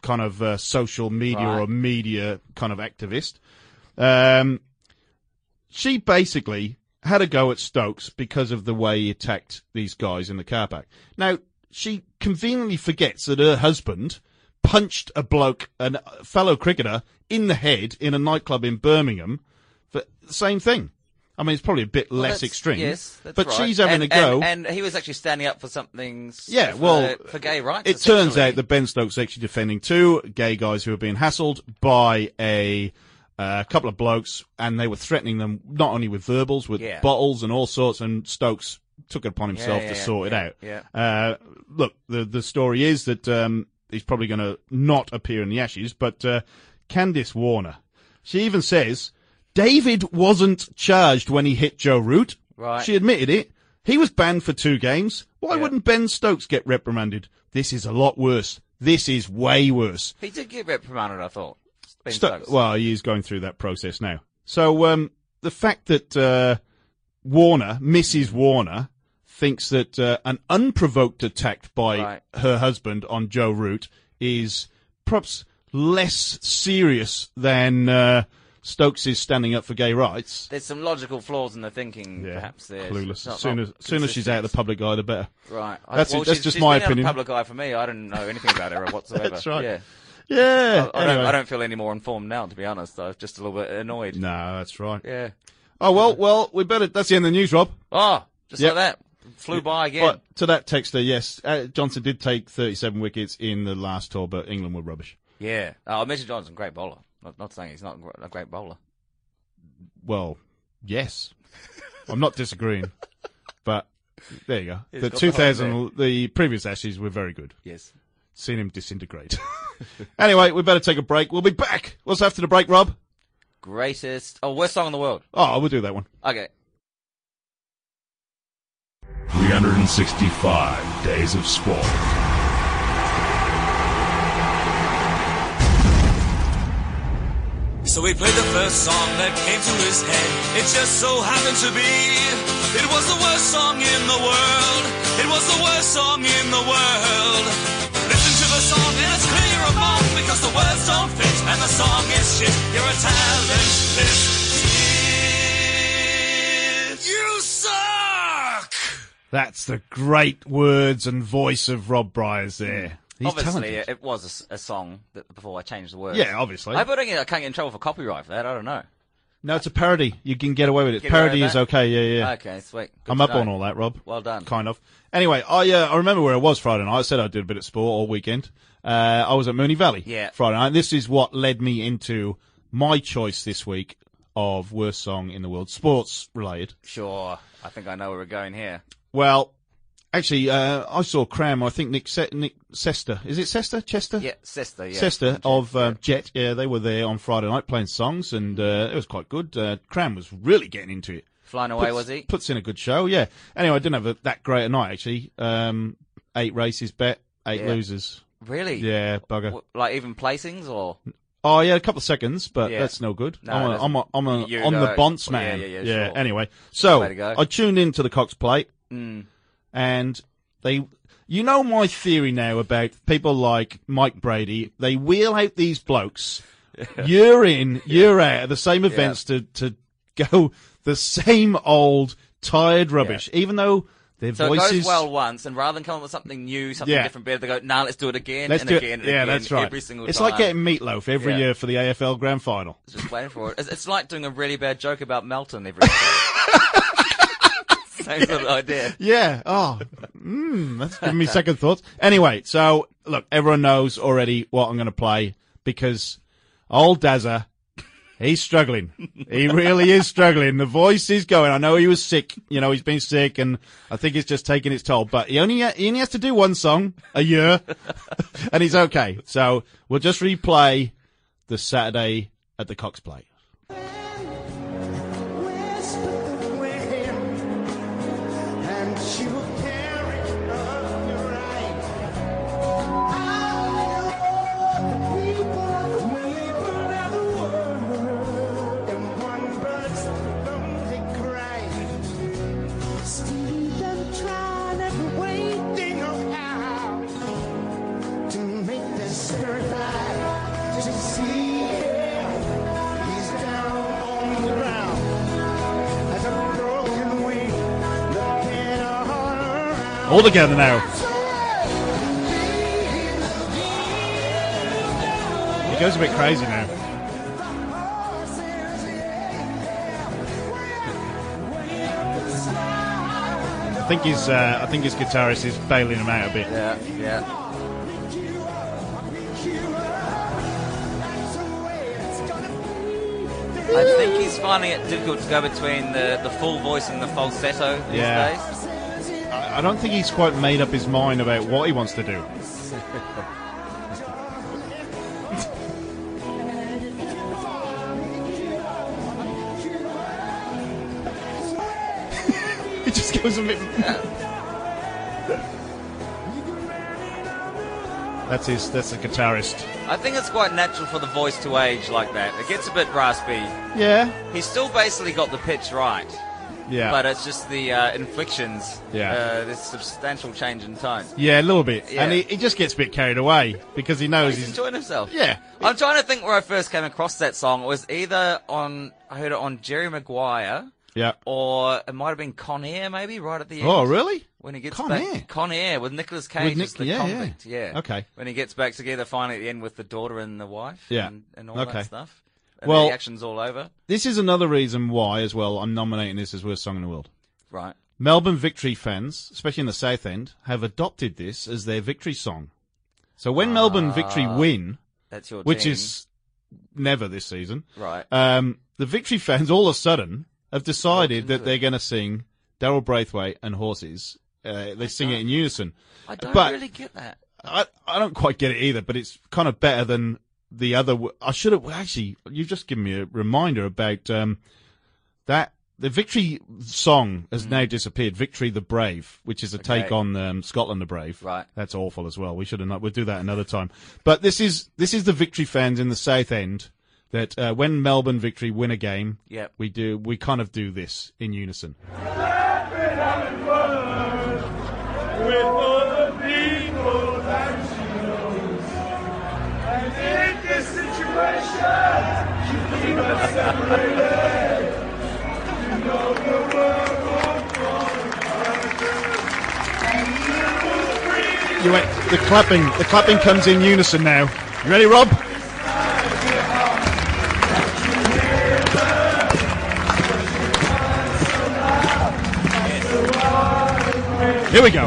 Speaker 4: kind of uh, social media
Speaker 5: Right.
Speaker 4: or media kind of activist. Um, she basically had a go at Stokes because of the way he attacked these guys in the car park. Now, she conveniently forgets that her husband punched a bloke, an- a fellow cricketer, in the head in a nightclub in Birmingham for the same thing. I mean, it's probably a bit less
Speaker 5: That's-
Speaker 4: extreme.
Speaker 5: Yes, that's
Speaker 4: but
Speaker 5: right.
Speaker 4: she's having
Speaker 5: and,
Speaker 4: a go.
Speaker 5: And, and he was actually standing up for something. s-
Speaker 4: Yeah,
Speaker 5: for,
Speaker 4: well,
Speaker 5: for gay rights.
Speaker 4: It turns
Speaker 5: essentially.
Speaker 4: out that Ben Stokes is actually defending two gay guys who were being hassled by a uh, couple of blokes, and they were threatening them not only with verbals, with
Speaker 5: Yeah.
Speaker 4: bottles and all sorts. And Stokes took it upon himself
Speaker 5: yeah,
Speaker 4: to
Speaker 5: yeah,
Speaker 4: sort
Speaker 5: yeah,
Speaker 4: it out.
Speaker 5: yeah.
Speaker 4: Uh, look, the the story is that um, he's probably going to not appear in the Ashes, but uh, Candice Warner, she even says David wasn't charged when he hit Joe Root.
Speaker 5: Right.
Speaker 4: She admitted it. He was banned for two games. Why
Speaker 5: Yeah.
Speaker 4: wouldn't Ben Stokes get reprimanded? This is a lot worse. This is way worse.
Speaker 5: he did get reprimanded. I thought. Ben
Speaker 4: Sto-
Speaker 5: Stokes.
Speaker 4: Well, he is going through that process now. So um, the fact that uh, Warner, Mrs. Warner, thinks that uh, an unprovoked attack by
Speaker 5: Right.
Speaker 4: her husband on Joe Root is perhaps less serious than uh, Stokes is standing up for gay rights.
Speaker 5: There's some logical flaws in the thinking, perhaps. There. It's
Speaker 4: clueless.
Speaker 5: not-
Speaker 4: As soon
Speaker 5: not
Speaker 4: as, soon as she's out of the public eye, the better.
Speaker 5: Right. I-
Speaker 4: That's-
Speaker 5: well,
Speaker 4: that's
Speaker 5: she's-
Speaker 4: just
Speaker 5: she's
Speaker 4: my
Speaker 5: been out of
Speaker 4: opinion.
Speaker 5: public eye for me. I didn't know anything about her whatsoever.
Speaker 4: That's right.
Speaker 5: Yeah.
Speaker 4: Yeah.
Speaker 5: I, don't,
Speaker 4: anyway.
Speaker 5: I don't feel any more informed now, to be honest. I'm just a little bit annoyed.
Speaker 4: No, that's right.
Speaker 5: Yeah.
Speaker 4: Oh well, well, we better. That's the end of the news, Rob.
Speaker 5: Oh, just
Speaker 4: Yep.
Speaker 5: like that. Flew by again.
Speaker 4: But to that texter, yes, uh, Johnson did take 37 wickets in the last tour, but England were rubbish.
Speaker 5: Yeah. Oh, Mitchell Johnson, great bowler. Not, not saying he's not a gr- a great bowler.
Speaker 4: Well, yes, I'm not disagreeing, but there you go.
Speaker 5: He's
Speaker 4: the
Speaker 5: got the
Speaker 4: 2000, the, previous Ashes were very good.
Speaker 5: Yes.
Speaker 4: Seen him disintegrate. anyway, we better take a break. We'll be back. What's after the break, Rob?
Speaker 5: Greatest. Oh, worst song in the world.
Speaker 4: Oh, we'll do that one.
Speaker 5: Okay.
Speaker 3: 365 days of sport.
Speaker 6: So he played the first song that came to his head. It just so happened to be. It was the worst song in the world. It was the worst song in the world. Listen to the song and it's clear of all because the words don't fit and the song is shit. You're a talentless kid. You suck.
Speaker 4: That's the great words and voice of Rob Briers there. He's
Speaker 5: Hmm. Obviously,
Speaker 4: talented.
Speaker 5: it, it was a s- a, song that before I changed the words.
Speaker 4: Yeah, obviously.
Speaker 5: I, but I, get- I can't get in trouble for copyright for that. I don't know.
Speaker 4: No, it's a parody. You can get away with it.
Speaker 5: Get away
Speaker 4: parody
Speaker 5: with
Speaker 4: is
Speaker 5: that?
Speaker 4: okay. Yeah, yeah.
Speaker 5: Okay, sweet. Good
Speaker 4: I'm
Speaker 5: to
Speaker 4: up
Speaker 5: know.
Speaker 4: on all that, Rob.
Speaker 5: Well done.
Speaker 4: Kind of. Anyway, I uh, I remember where I was Friday night. I said I did a bit of sport all weekend. Uh, I was at Mooney Valley.
Speaker 5: Yeah.
Speaker 4: Friday night. This is what led me into my choice this week of worst song in the world, sports related.
Speaker 5: Sure. I think I know where we're going here.
Speaker 4: Well, actually, uh, I saw Cram. I think Nick Se- Nick Sester. Is it Sester? Chester?
Speaker 5: Yeah, Sister. Yeah.
Speaker 4: Sester of uh, Jet. Yeah, they were there on Friday night playing songs, and uh, it was quite good. Uh, Cram was really getting into it.
Speaker 5: Flying away,
Speaker 4: Puts,
Speaker 5: was he?
Speaker 4: Puts in a good show. Yeah. Anyway, I didn't have a, that great a night actually. Um, eight races bet, eight
Speaker 5: Yeah.
Speaker 4: losers.
Speaker 5: Really?
Speaker 4: Yeah, bugger.
Speaker 5: W- Like even placings or
Speaker 4: Oh yeah, a couple of seconds, but
Speaker 5: Yeah.
Speaker 4: that's no good.
Speaker 5: No,
Speaker 4: I'm,
Speaker 5: it
Speaker 4: a,
Speaker 5: doesn't.
Speaker 4: I'm, a, I'm a,
Speaker 5: You
Speaker 4: on the
Speaker 5: go-
Speaker 4: bonce
Speaker 5: yeah,
Speaker 4: man.
Speaker 5: yeah, yeah, sure.
Speaker 4: Anyway, so
Speaker 5: Way to go.
Speaker 4: I tuned into the Cox Plate,
Speaker 5: Mm.
Speaker 4: and they, you know, my theory now about people like Mike Brady. They wheel out these blokes year in, year out at the same events to to go the same old tired rubbish, even though their
Speaker 5: So
Speaker 4: voices.
Speaker 5: it goes well once, and rather than come up with something new, something
Speaker 4: Yeah.
Speaker 5: different, better, they go, "Nah, let's do it again
Speaker 4: Let's
Speaker 5: and
Speaker 4: do it.
Speaker 5: again." And
Speaker 4: yeah,
Speaker 5: again,
Speaker 4: that's right.
Speaker 5: Every single
Speaker 4: it's
Speaker 5: time.
Speaker 4: like getting meatloaf every
Speaker 5: Yeah.
Speaker 4: year for the AFL Grand Final.
Speaker 5: just waiting for it. It's, it's like doing a really bad joke about Melton every day. Same sort of idea.
Speaker 4: Yeah. Oh, mm, that's giving me second thoughts. Anyway, so look, everyone knows already what I'm going to play because old Dazza, he's struggling. He really is struggling. The voice is going. I know he was sick. You know, he's been sick and I think it's just taking its toll, but he only, he only has to do one song a year and he's okay. So we'll just replay the Saturday at the Cox Plate.
Speaker 7: To see him, he's down on the ground as a broken wing looking all around.
Speaker 4: All together now. He goes a bit crazy now. I think his uh, I think his guitarist is bailing him out a bit.
Speaker 5: Yeah, yeah. I think he's finding it difficult to go between the, the full voice and the falsetto these
Speaker 4: Yeah.
Speaker 5: days.
Speaker 4: I don't think he's quite made up his mind about what he wants to do. it just goes a bit. that's his. That's the guitarist.
Speaker 5: I think it's quite natural for the voice to age like that. It gets a bit raspy.
Speaker 4: Yeah.
Speaker 5: He's still basically got the pitch right,
Speaker 4: Yeah.
Speaker 5: but it's just the uh, inflections.
Speaker 4: Yeah.
Speaker 5: Uh, there's substantial change in tone.
Speaker 4: yeah, a little bit,
Speaker 5: Yeah.
Speaker 4: and he, he just gets a bit carried away because he knows
Speaker 5: He's
Speaker 4: he's.
Speaker 5: enjoying himself.
Speaker 4: Yeah.
Speaker 5: I'm trying to think where I first came across that song. It was either on, I heard it on Jerry Maguire,
Speaker 4: yeah.
Speaker 5: or it might have been Con Air, maybe, right at the end.
Speaker 4: Oh, really?
Speaker 5: When he gets
Speaker 4: Con
Speaker 5: back,
Speaker 4: Air?
Speaker 5: Con Air with Nicolas Cage
Speaker 4: Nic-
Speaker 5: as the
Speaker 4: yeah, yeah.
Speaker 5: convict. Yeah.
Speaker 4: Okay.
Speaker 5: When he gets back together finally at the end with the daughter and the wife.
Speaker 4: Yeah.
Speaker 5: And, and all
Speaker 4: Okay.
Speaker 5: that stuff. And
Speaker 4: Well-
Speaker 5: the action's all over.
Speaker 4: This is another reason why, as well, I'm nominating this as worst song in the world.
Speaker 5: Right.
Speaker 4: Melbourne Victory fans, especially in the South End, have adopted this as their victory song. So when Melbourne Victory win,
Speaker 5: That's your
Speaker 4: which
Speaker 5: gene.
Speaker 4: is never this season,
Speaker 5: Right.
Speaker 4: um, the Victory fans all of a sudden have
Speaker 5: Locked
Speaker 4: decided
Speaker 5: into
Speaker 4: that they're
Speaker 5: it.
Speaker 4: going to sing Daryl Braithwaite and Horses. Uh, they sing it in unison.
Speaker 5: I don't
Speaker 4: but-
Speaker 5: really get that.
Speaker 4: I, I don't quite get it either, but it's kind of better than the other. w- I should have well, actually. You've just given me a reminder about um, that the victory song has now disappeared. Victory the Brave, which is a take
Speaker 5: Mm. Okay.
Speaker 4: on um, Scotland the Brave.
Speaker 5: Right.
Speaker 4: that's awful as well. We should have not. We'll do that another time. But this is this is the victory fans in the South End that uh, when Melbourne victory win a game,
Speaker 5: Yep.
Speaker 4: we do we kind of do this in unison. You went, the clapping, the clapping comes in unison now. You ready, Rob? Here we go.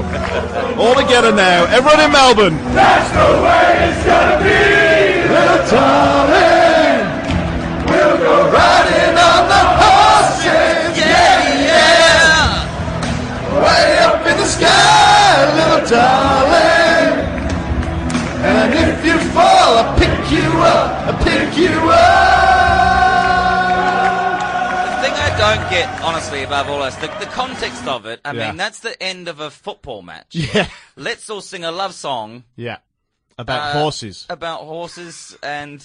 Speaker 4: All together now. Everyone in Melbourne.
Speaker 5: The thing I don't get, honestly, above all else, the, the context of it. I
Speaker 4: Yeah.
Speaker 5: mean, that's the end of a football match.
Speaker 4: Yeah.
Speaker 5: Let's all sing a love song
Speaker 4: Yeah. About
Speaker 5: uh,
Speaker 4: horses.
Speaker 5: about horses, and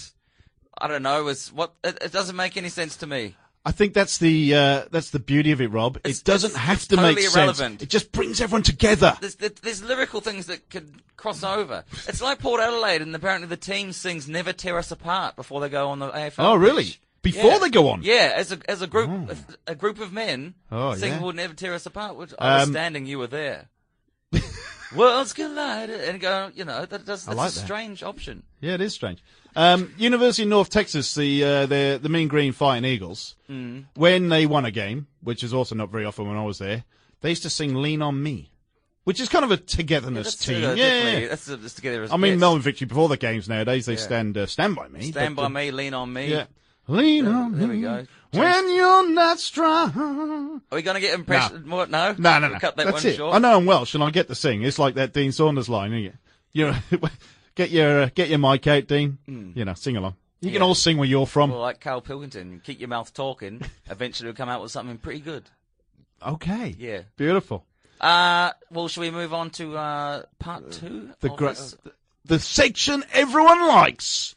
Speaker 5: I don't know. Is what it, it doesn't make any sense to me.
Speaker 4: I think that's the uh, that's the beauty of it, Rob.
Speaker 5: It's-
Speaker 4: It doesn't
Speaker 5: it's-
Speaker 4: have
Speaker 5: it's
Speaker 4: to
Speaker 5: totally
Speaker 4: make sense.
Speaker 5: irrelevant.
Speaker 4: It just brings everyone together.
Speaker 5: There's, there- there's lyrical things that could cross over. It's like Port Adelaide, and apparently the team sings "Never Tear Us Apart" before they go on the AFL.
Speaker 4: Oh, really?
Speaker 5: pitch.
Speaker 4: Before
Speaker 5: Yeah.
Speaker 4: they go on?
Speaker 5: Yeah, as a as a group, a, a group of men
Speaker 4: Oh,
Speaker 5: sing
Speaker 4: yeah.
Speaker 5: "We'll Never Tear Us Apart." Which I was
Speaker 4: Um,
Speaker 5: standing, you were there. Worlds collide and go. You know that does, that's
Speaker 4: like
Speaker 5: a
Speaker 4: that.
Speaker 5: strange option.
Speaker 4: Yeah, it is strange. Um, University of North Texas, the uh, the the Mean Green Fighting Eagles,
Speaker 5: Mm.
Speaker 4: when they won a game, which is also not very often when I was there, they used to sing "Lean on Me," which is kind of a togetherness
Speaker 5: uh,
Speaker 4: team.
Speaker 5: definitely-
Speaker 4: yeah,
Speaker 5: that's, uh, that's together. As,
Speaker 4: I mean
Speaker 5: yes.
Speaker 4: Melbourne Victory before the games nowadays they stand uh, stand by me.
Speaker 5: Stand
Speaker 4: but,
Speaker 5: by
Speaker 4: uh,
Speaker 5: me, lean on me.
Speaker 4: Yeah, lean
Speaker 5: There-
Speaker 4: on
Speaker 5: there
Speaker 4: me.
Speaker 5: we go.
Speaker 4: When you're not strong.
Speaker 5: Are we going to get impressed? More? No,
Speaker 4: No, no, no.
Speaker 5: We'll Cut that
Speaker 4: That's
Speaker 5: one
Speaker 4: it.
Speaker 5: short.
Speaker 4: I know I'm Welsh and I get to sing. It's like that Dean Saunders line. Isn't it? You get your uh, get your mic out, Dean. You know, sing along. You can all sing where you're from.
Speaker 5: Hmm. Well, like Carl Pilkington, keep your mouth talking. Eventually, we'll come out with something pretty good.
Speaker 4: Okay.
Speaker 5: Yeah.
Speaker 4: Beautiful.
Speaker 5: Uh, well, shall we move on to uh, part two?
Speaker 4: The
Speaker 5: of
Speaker 4: gra-
Speaker 5: this?
Speaker 4: the section everyone likes.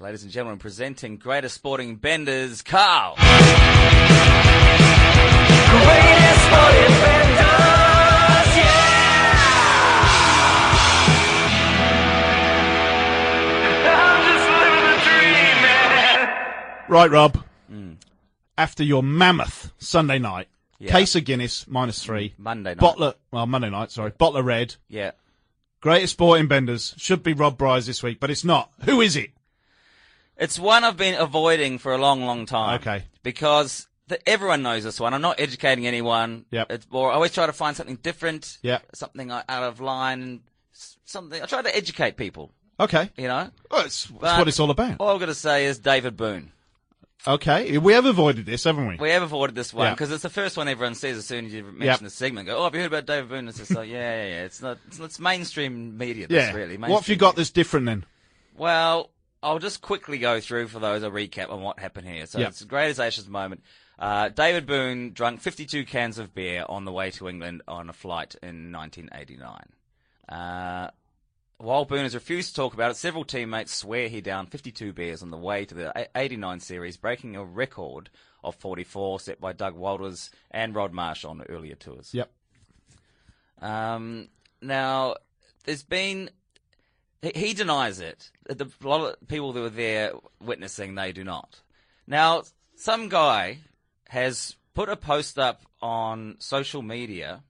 Speaker 5: Ladies and gentlemen, presenting greatest sporting benders, Carl.
Speaker 4: Right, Rob. After your mammoth Sunday night,
Speaker 5: Hmm. Yeah. Hmm.
Speaker 4: case of Guinness minus three.
Speaker 5: Monday night.
Speaker 4: Bottler, well, Monday night, sorry. Bottler Red.
Speaker 5: Yeah.
Speaker 4: Greatest sport in Benders. Should be Rob Bryce this week, but it's not. Who is it?
Speaker 5: It's one I've been avoiding for a long, long time.
Speaker 4: Okay.
Speaker 5: Because the, everyone knows this one. I'm not educating anyone.
Speaker 4: Yep.
Speaker 5: It's more, I always try to find something different.
Speaker 4: Yep.
Speaker 5: Something uh, out of line. s- Something. I try to educate people,
Speaker 4: Okay.
Speaker 5: you know?
Speaker 4: Well, it's, that's
Speaker 5: But
Speaker 4: what it's all about.
Speaker 5: All I've got to say is David Boone.
Speaker 4: Okay. We have avoided this, haven't we?
Speaker 5: We have avoided this one
Speaker 4: Yeah.
Speaker 5: because it's the first one everyone sees as soon as you mention
Speaker 4: Yep.
Speaker 5: the segment. Go, oh, have you heard about David Boone? It's just like, yeah, yeah, yeah. It's not, it's, it's mainstream media. This,
Speaker 4: yeah.
Speaker 5: really.
Speaker 4: what have you
Speaker 5: mainstream
Speaker 4: got
Speaker 5: media.
Speaker 4: that's different then?
Speaker 5: Well, I'll just quickly go through for those a recap on what happened here. So
Speaker 4: Yep.
Speaker 5: it's the greatest Ashes moment. Uh, David Boone drunk 52 cans of beer on the way to England on a flight in 1989. Uh, while Boone has refused to talk about it, several teammates swear he downed 52 beers on the way to the a- 89 series, breaking a record of 44 set by Doug Walters and Rod Marsh on earlier tours.
Speaker 4: Yep.
Speaker 5: Um, now, there's been. He, he denies it. The, a lot of people that were there witnessing, they do not. Now, some guy has put a post up on social media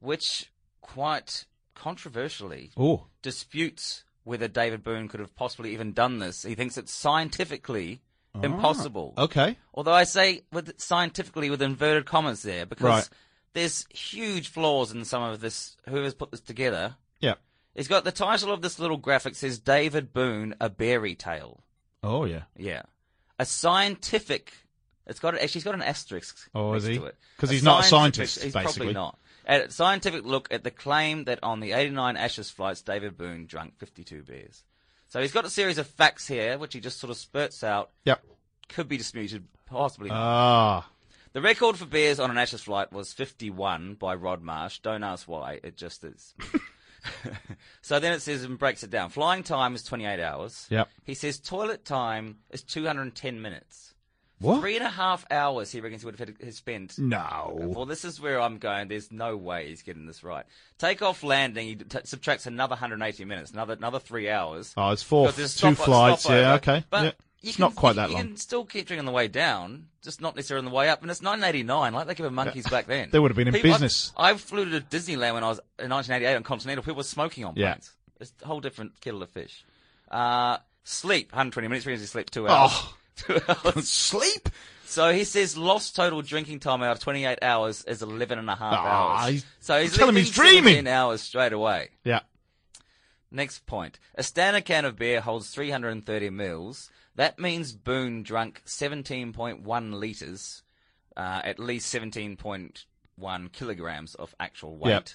Speaker 5: which quite controversially
Speaker 4: Oh.
Speaker 5: disputes whether David Boone could have possibly even done this. He thinks it's scientifically impossible.
Speaker 4: Okay.
Speaker 5: Although I say with scientifically with inverted commas there because
Speaker 4: Right.
Speaker 5: there's huge flaws in some of this. Whoever's put this together,
Speaker 4: Yeah.
Speaker 5: he's got the title of this little graphic says David Boone: A Berry Tale.
Speaker 4: Oh, yeah.
Speaker 5: Yeah, a scientific. It's got actually it's got an asterisk.
Speaker 4: Oh,
Speaker 5: next
Speaker 4: is he?
Speaker 5: to it.
Speaker 4: 'Cause he's not a
Speaker 5: scientific-
Speaker 4: scientist,
Speaker 5: He's
Speaker 4: basically.
Speaker 5: probably not. A scientific look at the claim that on the 89 Ashes flights, David Boone drank 52 beers. So he's got a series of facts here, which he just sort of spurts out.
Speaker 4: Yep.
Speaker 5: Could be disputed, possibly not.
Speaker 4: Ah.
Speaker 5: The record for beers on an Ashes flight was 51 by Rod Marsh. Don't ask why, it just is. so then it says and breaks it down. Flying time is 28 hours.
Speaker 4: Yep.
Speaker 5: He says toilet time is 210 minutes.
Speaker 4: What?
Speaker 5: Three and a half hours he reckons he would have had to spend.
Speaker 4: No.
Speaker 5: Well, this is where I'm going. There's no way he's getting this right. Takeoff landing, he t- subtracts another 180 minutes, another another three hours.
Speaker 4: Oh, it's four,
Speaker 5: Because
Speaker 4: two
Speaker 5: there's stop-
Speaker 4: flights. Yeah,
Speaker 5: stopover.
Speaker 4: okay.
Speaker 5: But
Speaker 4: Yeah.
Speaker 5: you
Speaker 4: It's
Speaker 5: can-
Speaker 4: not quite
Speaker 5: you-
Speaker 4: that
Speaker 5: You
Speaker 4: long.
Speaker 5: can still keep drinking on the way down, just not necessarily on the way up. And it's 1989, like they gave them monkeys back then.
Speaker 4: They would have been in
Speaker 5: People- I-
Speaker 4: business.
Speaker 5: I, flew to Disneyland when I was in 1988 on Continental. People were smoking on
Speaker 4: Yeah.
Speaker 5: planes. It's a whole different kettle of fish. Uh, sleep, 120 minutes. Reckons he slept two hours.
Speaker 4: Oh.
Speaker 5: Two hours.
Speaker 4: Sleep?
Speaker 5: So he says lost total drinking time out of 28 hours is 11 and a half
Speaker 4: Ah,
Speaker 5: hours.
Speaker 4: he's-
Speaker 5: so he's
Speaker 4: tell him he's
Speaker 5: leaving 17
Speaker 4: dreaming.
Speaker 5: hours straight away.
Speaker 4: Yeah.
Speaker 5: Next point. A standard can of beer holds 330 mils. That means Boone drank 17.1 litres, uh, at least 17.1 kilograms of actual weight.
Speaker 4: Yep.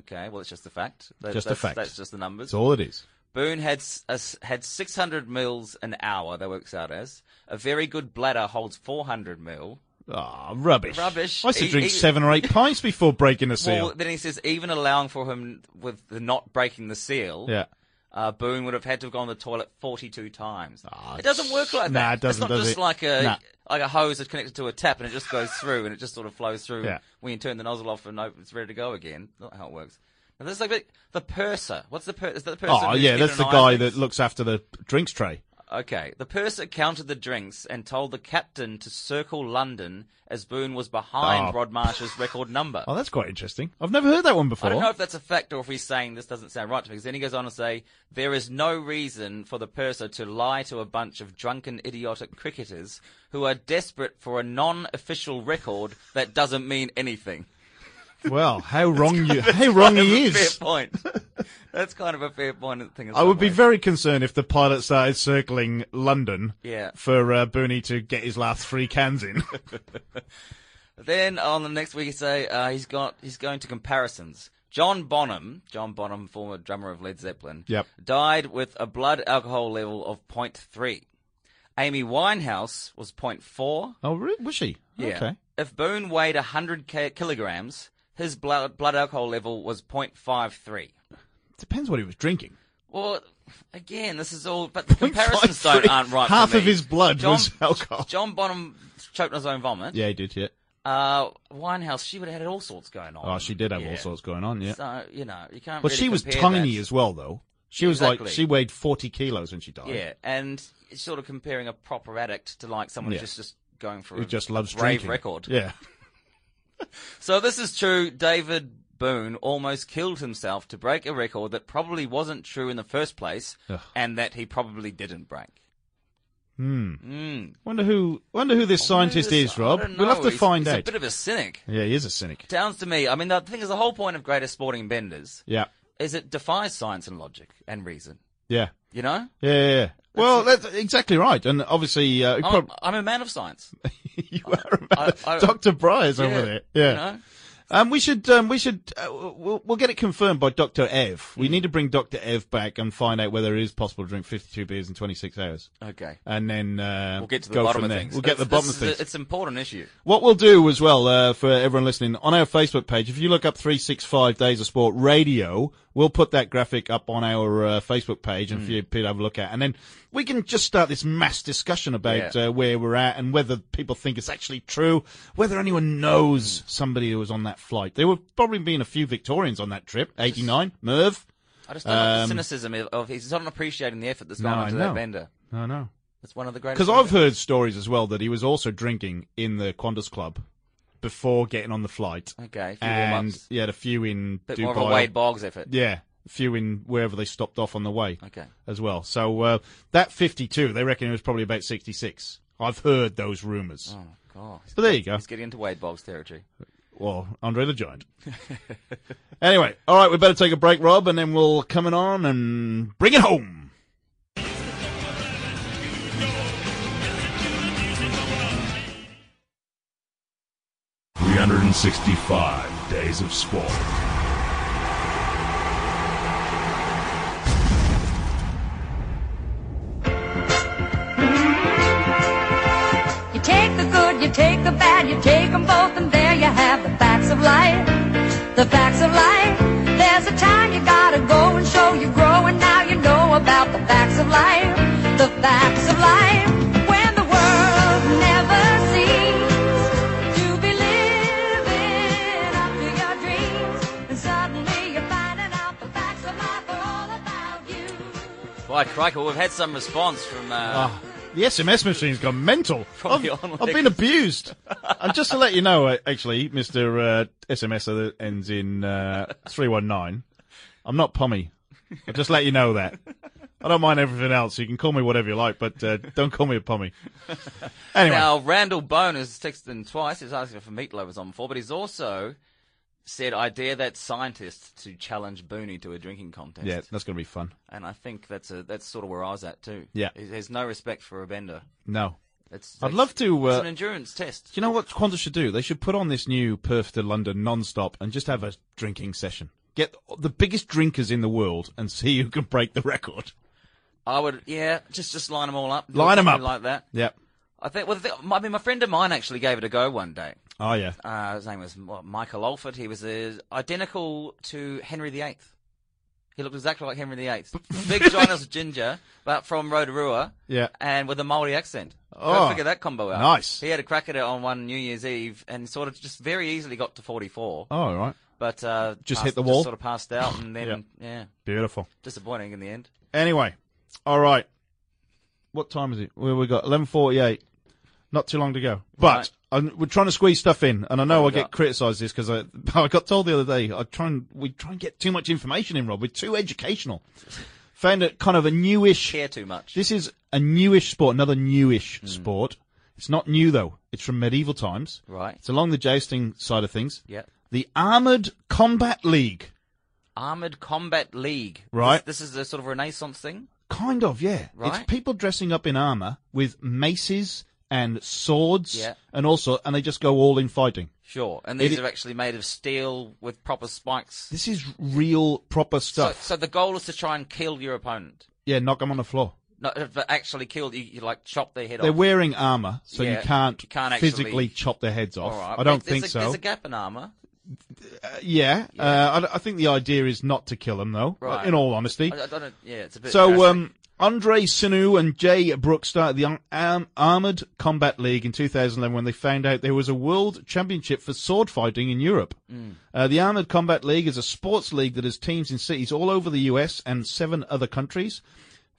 Speaker 5: Okay, well, it's just a fact. That-
Speaker 4: Just a
Speaker 5: that's-
Speaker 4: fact.
Speaker 5: That's just the numbers.
Speaker 4: That's all it is.
Speaker 5: Boone had s- a s- had 600 mils an hour, that works out as. A very good bladder holds 400 mil.
Speaker 4: Ah, rubbish.
Speaker 5: Rubbish.
Speaker 4: I used to
Speaker 5: He-
Speaker 4: drink
Speaker 5: he-
Speaker 4: seven or eight pints before breaking a seal.
Speaker 5: Well, then he says, even allowing for him with the not breaking the seal,
Speaker 4: yeah.
Speaker 5: uh, Boone would have had to have gone to the toilet 42 times. it doesn't work like that.
Speaker 4: Ah, nah, it doesn't,
Speaker 5: It's not
Speaker 4: does
Speaker 5: just
Speaker 4: it?
Speaker 5: like a
Speaker 4: Nah.
Speaker 5: like a hose that's connected to a tap and it just goes through and it just sort of flows through.
Speaker 4: Yeah.
Speaker 5: When you turn the nozzle off and open, it's ready to go again. Not how it works. Now, this is like the- the purser. What's the purser? Is that the person?
Speaker 4: Oh,
Speaker 5: who's
Speaker 4: yeah,
Speaker 5: keeping
Speaker 4: that's
Speaker 5: an
Speaker 4: the
Speaker 5: eye
Speaker 4: guy
Speaker 5: on
Speaker 4: that
Speaker 5: things?
Speaker 4: looks after the drinks tray.
Speaker 5: Okay. The purser counted the drinks and told the captain to circle London as Boone was behind
Speaker 4: Oh.
Speaker 5: Rodmarsh's record number.
Speaker 4: Oh, that's quite interesting. I've never heard that one before.
Speaker 5: I don't know if that's a fact or if he's saying this doesn't sound right to me. Because then he goes on to say there is no reason for the purser to lie to a bunch of drunken, idiotic cricketers who are desperate for a non-official record that doesn't mean anything.
Speaker 4: Well, how wrong you, how wrong
Speaker 5: That's
Speaker 4: he
Speaker 5: a
Speaker 4: is.
Speaker 5: fair point. that's kind of a fair point. I think. in
Speaker 4: I would
Speaker 5: some
Speaker 4: be
Speaker 5: ways.
Speaker 4: very concerned if the pilot started circling London
Speaker 5: Yeah.
Speaker 4: for uh, Booney to get his last three cans in.
Speaker 5: Then on the next week, you say uh, he's got he's going to comparisons. John Bonham, John Bonham, former drummer of Led Zeppelin,
Speaker 4: Yep.
Speaker 5: died with a blood alcohol level of 0.3. Amy Winehouse was 0.4.
Speaker 4: oh, re- was she?
Speaker 5: Yeah.
Speaker 4: Okay.
Speaker 5: If Boone weighed 100 ki- kilograms, his blood, blood alcohol level was 0.53.
Speaker 4: Depends what he was drinking.
Speaker 5: Well, again, this is all, but the comparisons don't
Speaker 4: 0.53.
Speaker 5: aren't right. for
Speaker 4: Half of
Speaker 5: me.
Speaker 4: his blood was alcohol.
Speaker 5: John Bonham choked on his own vomit.
Speaker 4: Yeah, he did. Yeah.
Speaker 5: Uh, Winehouse, she would have had all sorts going on.
Speaker 4: Oh, she did have
Speaker 5: Yeah.
Speaker 4: all sorts going on. Yeah.
Speaker 5: So you know, you can't.
Speaker 4: well,
Speaker 5: really
Speaker 4: she was
Speaker 5: compare
Speaker 4: tiny
Speaker 5: that.
Speaker 4: as well, though. She was like
Speaker 5: Exactly.
Speaker 4: she weighed forty kilos when she died.
Speaker 5: Yeah, and it's sort of comparing a proper addict to like someone
Speaker 4: Yeah.
Speaker 5: who's just just going for
Speaker 4: Who
Speaker 5: a
Speaker 4: just loves
Speaker 5: brave
Speaker 4: drinking.
Speaker 5: record.
Speaker 4: Yeah.
Speaker 5: So if this is true. David Boone almost killed himself to break a record that probably wasn't true in the first place,
Speaker 4: Ugh.
Speaker 5: and that he probably didn't break.
Speaker 4: Hmm.
Speaker 5: Mm.
Speaker 4: Wonder who. Wonder who this scientist
Speaker 5: This-
Speaker 4: is,
Speaker 5: Oh, Mm, I
Speaker 4: Rob.
Speaker 5: don't
Speaker 4: We'll have
Speaker 5: know.
Speaker 4: to
Speaker 5: He's-
Speaker 4: find
Speaker 5: he's
Speaker 4: out.
Speaker 5: A bit of a cynic.
Speaker 4: Yeah, he is a cynic.
Speaker 5: Sounds to me. I mean, the thing is, the whole point of greatest sporting benders
Speaker 4: Yeah.
Speaker 5: is it defies science and logic and reason.
Speaker 4: Yeah.
Speaker 5: You know,
Speaker 4: Yeah. yeah, yeah. Well, that's exactly right. And obviously, uh, he
Speaker 5: I'm,
Speaker 4: prob-
Speaker 5: I'm a man of science.
Speaker 4: you are about
Speaker 5: I- I-
Speaker 4: Dr. Bryer's over there. Yeah.
Speaker 5: You know?
Speaker 4: Um, we should, um, we should, uh, we'll, we'll get it confirmed by Dr. Ev.
Speaker 5: Mm.
Speaker 4: We need to bring Dr. Ev back and find out whether it is possible to drink 52 beers in 26 hours.
Speaker 5: Okay.
Speaker 4: And then, uh,
Speaker 5: We'll get to the
Speaker 4: go
Speaker 5: bottom
Speaker 4: from
Speaker 5: of
Speaker 4: there.
Speaker 5: things.
Speaker 4: We'll get to the
Speaker 5: It's-
Speaker 4: bottom of
Speaker 5: this
Speaker 4: things.
Speaker 5: is a- it's an important issue.
Speaker 4: What we'll do as well, uh, for everyone listening, on our Facebook page, if you look up 365 Days of Sport Radio, we'll put that graphic up on our uh, Facebook page and for you people to have a look at. And then we can just start this mass discussion about
Speaker 5: Yeah.
Speaker 4: uh, where we're at and whether people think it's actually true, whether anyone knows somebody who was on that flight. There were probably been a few Victorians on that trip. 89, Merv.
Speaker 5: I just don't like the
Speaker 4: Um,
Speaker 5: cynicism of, of he's not appreciating the effort that's gone
Speaker 4: No, I
Speaker 5: into
Speaker 4: know.
Speaker 5: that bender.
Speaker 4: I know.
Speaker 5: That's one of the greatest.
Speaker 4: Because I've heard stories as well that he was also drinking in the Qantas Club before getting on the flight.
Speaker 5: Okay, a few
Speaker 4: and
Speaker 5: warm-ups.
Speaker 4: he had a few in
Speaker 5: bit
Speaker 4: Dubai.
Speaker 5: more of a Wade Boggs effort.
Speaker 4: yeah, a few in wherever they stopped off on the way
Speaker 5: Okay.
Speaker 4: as well. So uh, that 52, they reckon it was probably about 66. I've heard those rumours.
Speaker 5: Oh god.
Speaker 4: But there you go.
Speaker 5: He's getting into Wade Boggs territory.
Speaker 4: Well, Andre the Giant. anyway, all right, we better take a break, Rob, and then we'll come in on and bring it home.
Speaker 3: Three hundred and sixty-five days of sport.
Speaker 8: You take the good, you take the bad, you take 'em both, and there you have the facts of life. The facts of life. There's There's a time you gotta go and show you're growing. Now you know about the facts of life, the facts of life. When the world never seems to be living up to your dreams, and suddenly you're finding out the facts of life are all about you.
Speaker 5: Why, crikey, well, we've had some response from.
Speaker 4: Ah,
Speaker 5: Uh,
Speaker 4: The SMS machine's gone mental.
Speaker 5: From
Speaker 4: I've,
Speaker 5: the online-
Speaker 4: I've been abused. and just to let you know, uh, actually, Mr. Uh, SMS that ends in uh, 319, I'm not pommy. I'll just let you know that. I don't mind everything else. You can call me whatever you like, but uh, don't call me a pommy. Anyway,
Speaker 5: Now, Randall Bone has texted in twice. He's asking if Meatloaf was on before, but he's also said, I dare that scientist to challenge Booney to a drinking contest.
Speaker 4: yeah, that's going to be fun.
Speaker 5: And I think that's a that's sort of where I was at, too.
Speaker 4: Yeah.
Speaker 5: He- There's no respect for a bender.
Speaker 4: No.
Speaker 5: It's,
Speaker 4: I'd
Speaker 5: it's-
Speaker 4: love to,
Speaker 5: It's
Speaker 4: uh,
Speaker 5: an endurance test.
Speaker 4: Do you know what Qantas should do? They should put on this new Perth to London non-stop and just have a drinking session. Get the biggest drinkers in the world and see who can break the record.
Speaker 5: I would, yeah, just just line them all up. Do
Speaker 4: Line 'em
Speaker 5: something
Speaker 4: up.
Speaker 5: like that.
Speaker 4: Yep.
Speaker 5: I think. Well, the, thing- I mean, my friend of mine actually gave it a go one day.
Speaker 4: Oh yeah.
Speaker 5: Uh, his name was what, Michael Alford. He was uh, identical to Henry VIII. He looked exactly like Henry VIII. Big ginormous ginger, but from Rotorua.
Speaker 4: Yeah.
Speaker 5: And with a Maori accent.
Speaker 4: Oh,
Speaker 5: Go figure that combo out.
Speaker 4: nice.
Speaker 5: He had a crack at it on one New Year's Eve and sort of just very easily got to 44.
Speaker 4: Oh all right.
Speaker 5: But uh,
Speaker 4: Just
Speaker 5: passed-
Speaker 4: hit the wall?
Speaker 5: sort of passed out and then, yeah.
Speaker 4: Beautiful.
Speaker 5: disappointing in the end.
Speaker 4: Anyway, all right. What time is it? Where we got? Eleven forty-eight. Not too long to go. But I'm, we're trying to squeeze stuff in, and I know I
Speaker 5: What we
Speaker 4: get
Speaker 5: got?
Speaker 4: criticised this because I, I got told the other day I try and we try and get too much information in. Rob, we're too educational. Found it kind of a newish.
Speaker 5: Care too much.
Speaker 4: This is a newish sport, another newish
Speaker 5: Hmm.
Speaker 4: sport. It's not new though. It's from medieval times.
Speaker 5: Right.
Speaker 4: It's along the jousting side of things.
Speaker 5: Yep.
Speaker 4: The Armored Combat League.
Speaker 5: Armored Combat League.
Speaker 4: Right.
Speaker 5: This, this is a sort of Renaissance thing.
Speaker 4: Kind of, yeah.
Speaker 5: Right.
Speaker 4: It's people dressing up in armor with maces and swords
Speaker 5: Yeah.
Speaker 4: and all sort, and they just go all in fighting.
Speaker 5: Sure. And
Speaker 4: It
Speaker 5: these
Speaker 4: i-
Speaker 5: are actually made of steel with proper spikes.
Speaker 4: This is real proper stuff.
Speaker 5: So, so the goal is to try and kill your opponent.
Speaker 4: yeah, knock them on the floor.
Speaker 5: No, but actually kill you, you like chop their head
Speaker 4: They're
Speaker 5: off.
Speaker 4: wearing armor, so
Speaker 5: Yeah,
Speaker 4: you can't,
Speaker 5: you can't actually-
Speaker 4: physically chop their heads off.
Speaker 5: All right.
Speaker 4: I don't
Speaker 5: There's
Speaker 4: think
Speaker 5: a,
Speaker 4: so.
Speaker 5: There's a gap in armor.
Speaker 4: Yeah, Uh, I, I think the idea is not to kill them, though. uh,
Speaker 5: Right.
Speaker 4: In all honesty.
Speaker 5: I, I don't. know- Yeah, it's a bit.
Speaker 4: So,
Speaker 5: drastic.
Speaker 4: um, Andre Sinu and Jay Brooks started the um, Armored Combat League in 2011 when they found out there was a world championship for sword fighting in Europe. Uh, the Armored Combat League is a sports league that has teams in cities all over the US and seven other countries.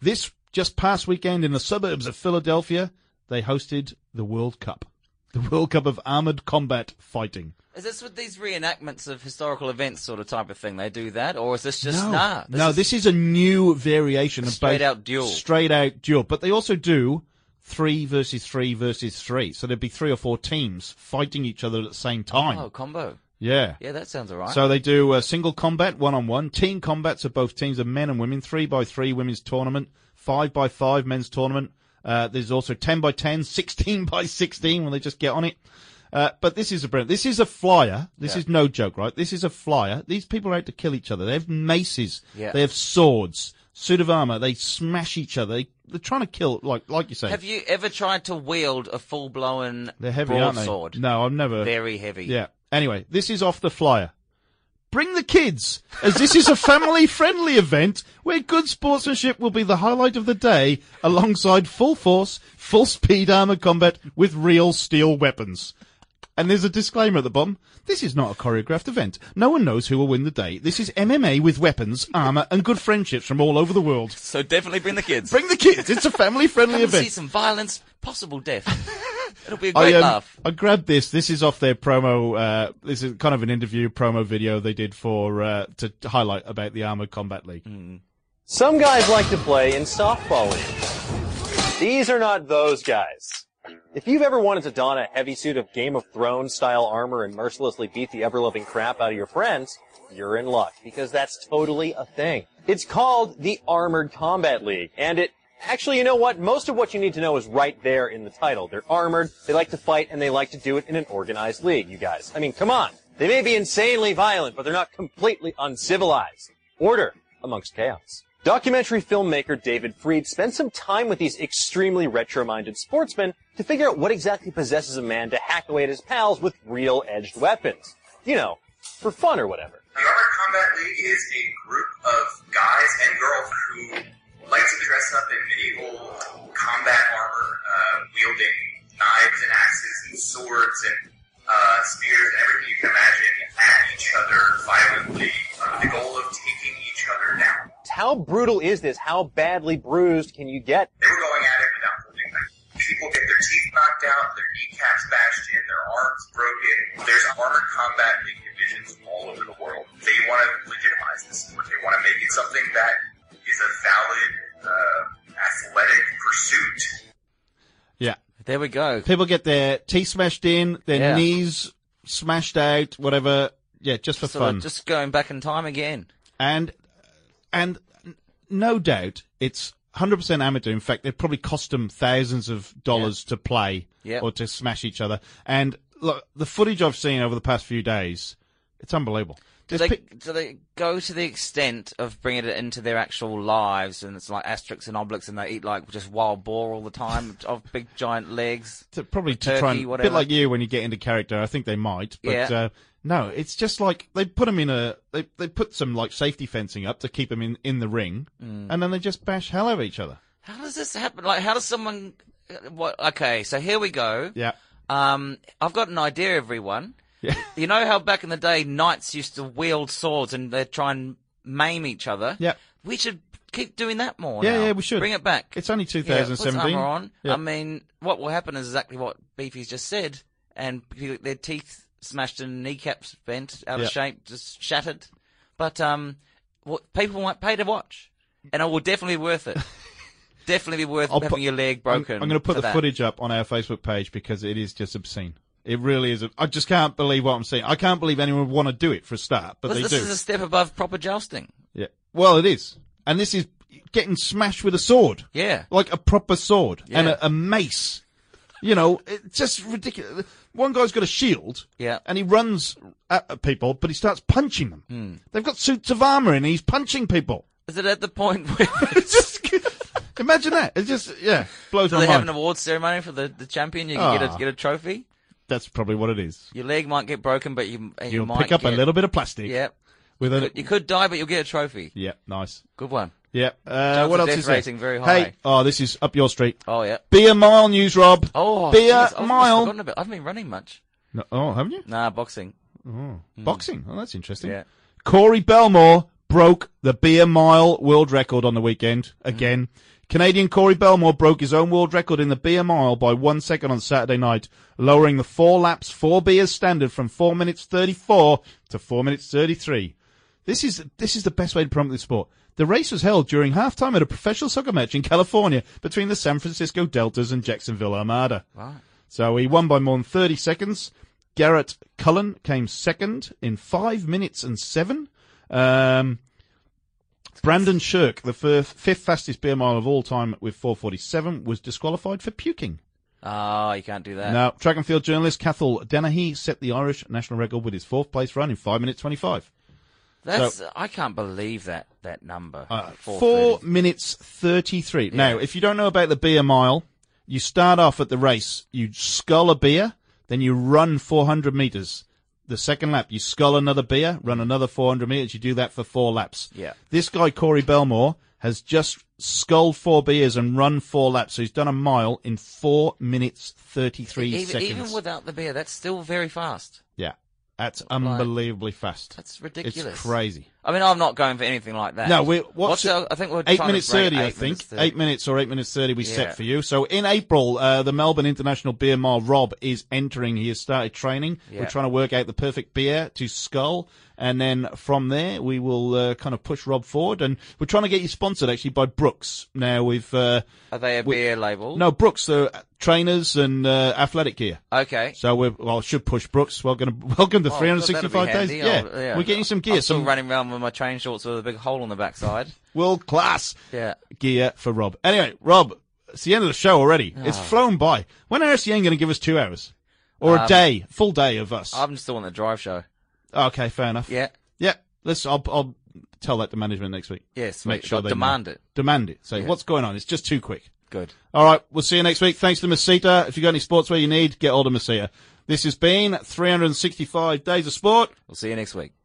Speaker 4: This just past weekend in the suburbs of Philadelphia, they hosted the World Cup. The World Cup of Armored Combat Fighting.
Speaker 5: is this with these reenactments of historical events, sort of type of thing? They do that, or is this just
Speaker 4: no,
Speaker 5: nah?
Speaker 4: no, this is a new variation of
Speaker 5: Straight
Speaker 4: both-
Speaker 5: out duel.
Speaker 4: Straight out duel, but they also do three versus three versus three. So there'd be three or four teams fighting each other at the same time.
Speaker 5: oh combo.
Speaker 4: yeah.
Speaker 5: Yeah, that sounds alright.
Speaker 4: So they do uh, single combat, one on one, team combats of both teams of men and women, three by three women's tournament, five by five men's tournament. Uh, there's also 10 by 10, 16 by 16 when they just get on it. Uh, but this is a brilliant. This is a flyer. This
Speaker 5: Yeah.
Speaker 4: is no joke, right? This is a flyer. These people are out to kill each other. They have maces.
Speaker 5: Yeah.
Speaker 4: They have swords, suit of armor. They smash each other. They, they're trying to kill, like like you say.
Speaker 5: have you ever tried to wield a full blown
Speaker 4: they're heavy, aren't they?
Speaker 5: broadsword?
Speaker 4: No, I've never.
Speaker 5: Very heavy.
Speaker 4: Yeah. Anyway, this is off the flyer. Bring the kids, as this is a family friendly event where good sportsmanship will be the highlight of the day alongside full force, full speed armored combat with real steel weapons. And there's a disclaimer at the bottom. This is not a choreographed event. No one knows who will win the day. This is MMA with weapons, armor, and good friendships from all over the world.
Speaker 5: So definitely bring the kids.
Speaker 4: Bring the kids. It's a family friendly
Speaker 5: Come and see
Speaker 4: event.
Speaker 5: some violence, possible death. It'll be a great
Speaker 4: um,
Speaker 5: laugh.
Speaker 4: I grabbed this. This is off their promo. Uh, this is kind of an interview promo video they did for uh, to to highlight about the Armored Combat League.
Speaker 5: Hmm.
Speaker 2: Some guys like to play in softball leagues. These are not those guys. If you've ever wanted to don a heavy suit of Game of Thrones style armor and mercilessly beat the ever loving crap out of your friends, you're in luck because that's totally a thing. It's called the Armored Combat League and it Actually, you know what? Most of what you need to know is right there in the title. They're armored, they like to fight, and they like to do it in an organized league, you guys. I mean, come on. They may be insanely violent, but they're not completely uncivilized. Order amongst chaos. Documentary filmmaker David Freed spent some time with these extremely retro-minded sportsmen to figure out what exactly possesses a man to hack away at his pals with real edged weapons. You know, for fun or whatever.
Speaker 9: The Armored Combat League is a group of guys and girls who like to dress up in medieval combat armor, uh, wielding knives and axes and swords and uh, spears and everything you can imagine at each other violently uh, with the goal of taking each other down.
Speaker 2: How brutal is this? How badly bruised can you get?
Speaker 9: They were going at it without holding back. People get their teeth knocked out, their kneecaps bashed in, their arms broken. There's armored combat league divisions all over the world. They want to legitimize this sport. They want to make it something that is a valid uh, athletic pursuit.
Speaker 4: Yeah.
Speaker 5: There we go.
Speaker 4: People get their teeth smashed in, their
Speaker 5: Yeah.
Speaker 4: knees smashed out, whatever. Yeah, just for
Speaker 5: So
Speaker 4: fun.
Speaker 5: just going back in time again.
Speaker 4: and and n- no doubt it's 100% amateur. In fact, it probably cost them thousands of dollars to play
Speaker 5: Yeah.
Speaker 4: or to smash each other. And look, the footage I've seen over the past few days, it's unbelievable.
Speaker 5: Do
Speaker 4: There's
Speaker 5: they,
Speaker 4: pe-
Speaker 5: do they go to the extent of bringing it into their actual lives and it's like asterisks and obliques and they eat like just wild boar all the time of big giant legs?
Speaker 4: to probably to
Speaker 5: Turkey,
Speaker 4: try and, a bit
Speaker 5: whatever.
Speaker 4: like you when you get into character. I think they might, but
Speaker 5: Yeah.
Speaker 4: uh, no, it's just like they put them in a they they put some like safety fencing up to keep them in in the ring,
Speaker 5: Mm.
Speaker 4: and then they just bash hell out of each other.
Speaker 5: How does this happen? Like, how does someone? What? Okay, so here we go.
Speaker 4: Yeah,
Speaker 5: Um, I've got an idea, everyone.
Speaker 4: yeah,
Speaker 5: You know how back in the day knights used to wield swords and they'd try and maim each other.
Speaker 4: Yep.
Speaker 5: We should keep doing that more.
Speaker 4: Yeah,
Speaker 5: now.
Speaker 4: yeah, we should.
Speaker 5: bring it back.
Speaker 4: It's only
Speaker 5: Yeah,
Speaker 4: 2017.
Speaker 5: put armor on.
Speaker 4: Yeah.
Speaker 5: I mean, what will happen is exactly what Beefy's just said, and people get their teeth smashed and kneecaps bent out
Speaker 4: Yeah.
Speaker 5: of shape, just shattered. But um, what people might pay to watch, and it will definitely be worth it. definitely be worth
Speaker 4: I'll
Speaker 5: having
Speaker 4: put-
Speaker 5: your leg
Speaker 4: I'm-
Speaker 5: broken.
Speaker 4: I'm, going to put the
Speaker 5: for that.
Speaker 4: footage up on our Facebook page because it is just obscene. It really is. I just can't believe what I'm seeing. I can't believe anyone would want to do it for a start, but
Speaker 5: This,
Speaker 4: they
Speaker 5: this
Speaker 4: do.
Speaker 5: is a step above proper jousting.
Speaker 4: Yeah. Well, it is, and this is getting smashed with a sword.
Speaker 5: Yeah.
Speaker 4: like a proper sword and
Speaker 5: Yeah.
Speaker 4: a, a mace. You know, it's just ridiculous. One guy's got a shield,
Speaker 5: Yeah.
Speaker 4: and he runs at at people, but he starts punching them.
Speaker 5: Hmm.
Speaker 4: They've got suits of armor, and he's punching people.
Speaker 5: Is it at the point where
Speaker 4: It's just imagine that. It's just yeah, blows
Speaker 5: do
Speaker 4: my
Speaker 5: they have an
Speaker 4: mind.
Speaker 5: awards ceremony for the, the champion? You can get
Speaker 4: Ah.
Speaker 5: a get a trophy.
Speaker 4: That's probably what it is.
Speaker 5: Your leg might get broken, but you you
Speaker 4: You'll
Speaker 5: might
Speaker 4: pick up
Speaker 5: get,
Speaker 4: a little bit of plastic.
Speaker 5: Yeah.
Speaker 4: With a
Speaker 5: You could die, but you'll get a trophy.
Speaker 4: yeah, nice.
Speaker 5: Good one.
Speaker 4: Yeah. Uh,
Speaker 5: Chance
Speaker 4: what
Speaker 5: of
Speaker 4: else
Speaker 5: death
Speaker 4: is there?
Speaker 5: rating very
Speaker 4: Hey,
Speaker 5: high.
Speaker 4: oh, this is up your street.
Speaker 5: Oh yeah.
Speaker 4: Be a mile, news, Rob.
Speaker 5: Oh,
Speaker 4: be
Speaker 5: I
Speaker 4: a
Speaker 5: think it's- I've
Speaker 4: mile.
Speaker 5: forgotten about- I haven't been running much.
Speaker 4: No, oh, haven't you?
Speaker 5: Nah, boxing.
Speaker 4: Boxing. Oh, that's interesting.
Speaker 5: Hmm. Yeah.
Speaker 4: Corey Belmore broke the beer mile world record on the weekend again. Canadian Corey Belmore broke his own world record in the beer mile by one second on Saturday night, lowering the four laps, four beers standard from four minutes 34 to four minutes 33. This is, this is the best way to promote the sport. The race was held during halftime at a professional soccer match in California between the San Francisco Deltas and Jacksonville Armada.
Speaker 5: Right.
Speaker 4: So he won by more than 30 seconds. Garrett Cullen came second in five minutes and seven. Um, Brandon Shirk, the fifth, fifth fastest beer mile of all time with 447, was disqualified for puking.
Speaker 5: Oh, you can't do that.
Speaker 4: Now, track and field journalist Cathal Dennehy set the Irish national record with his fourth place run in 5 minutes 25.
Speaker 5: That's I can't believe that that number.
Speaker 4: Uh,
Speaker 5: Four
Speaker 4: four
Speaker 5: thirty.
Speaker 4: minutes 33. Now, if you don't know about the beer mile, you start off at the race, you scull a beer, then you run 400 meters. The second lap, you scull another beer, run another 400 meters. You do that for four laps.
Speaker 5: Yeah.
Speaker 4: This guy, Corey Belmore, has just sculled four beers and run four laps. So he's done a mile in four minutes 33
Speaker 5: Even,
Speaker 4: seconds.
Speaker 5: even without the beer, that's still very fast.
Speaker 4: yeah. That's unbelievably fast.
Speaker 5: That's ridiculous.
Speaker 4: It's crazy.
Speaker 5: I mean, I'm not going for anything like that.
Speaker 4: No, we what's
Speaker 5: What's the- I think we're
Speaker 4: eight
Speaker 5: trying to
Speaker 4: minutes
Speaker 5: break
Speaker 4: thirty. I
Speaker 5: eight
Speaker 4: think
Speaker 5: minutes 30.
Speaker 4: eight minutes or eight minutes thirty we
Speaker 5: Yeah.
Speaker 4: set for you. So in April, uh, the Melbourne International Beer Mile. Rob is entering. He has started training. We're
Speaker 5: Yeah.
Speaker 4: trying to work out the perfect beer to skull, and then from there we will uh, kind of push Rob forward. And we're trying to get you sponsored actually by Brooks. Now we've uh,
Speaker 5: Are they a
Speaker 4: we-
Speaker 5: beer label?
Speaker 4: no Brooks uh, trainers and uh, athletic gear.
Speaker 5: Okay.
Speaker 4: So we're well, I should push Brooks. Welcome, welcome to
Speaker 5: Well,
Speaker 4: three hundred
Speaker 5: that'll be
Speaker 4: sixty-five days.
Speaker 5: handy.
Speaker 4: Yeah.
Speaker 5: I'll- yeah,
Speaker 4: we're getting some
Speaker 5: I'm
Speaker 4: gear,
Speaker 5: still
Speaker 4: some
Speaker 5: running around with my train shorts with a big hole in the backside.
Speaker 4: world class.
Speaker 5: Yeah.
Speaker 4: gear for Rob. Anyway, Rob, it's the end of the show already.
Speaker 5: Ah.
Speaker 4: It's flown by. When are SCN going to give us two hours? Or a day, full day of us?
Speaker 5: Um, I'm still on the drive show.
Speaker 4: okay, fair enough.
Speaker 5: Yeah.
Speaker 4: Yeah. Let's, I'll, I'll tell that to management next week.
Speaker 5: Yeah,
Speaker 4: Yes,
Speaker 5: sweet. But demand it.
Speaker 4: Demand it. Say, what's going on? It's just too quick.
Speaker 5: Good.
Speaker 4: All right. We'll see you next week. Thanks to Masita. If you got any sportswear you need, get hold of Masita. This has been 365 Days of Sport.
Speaker 5: We'll see you next week.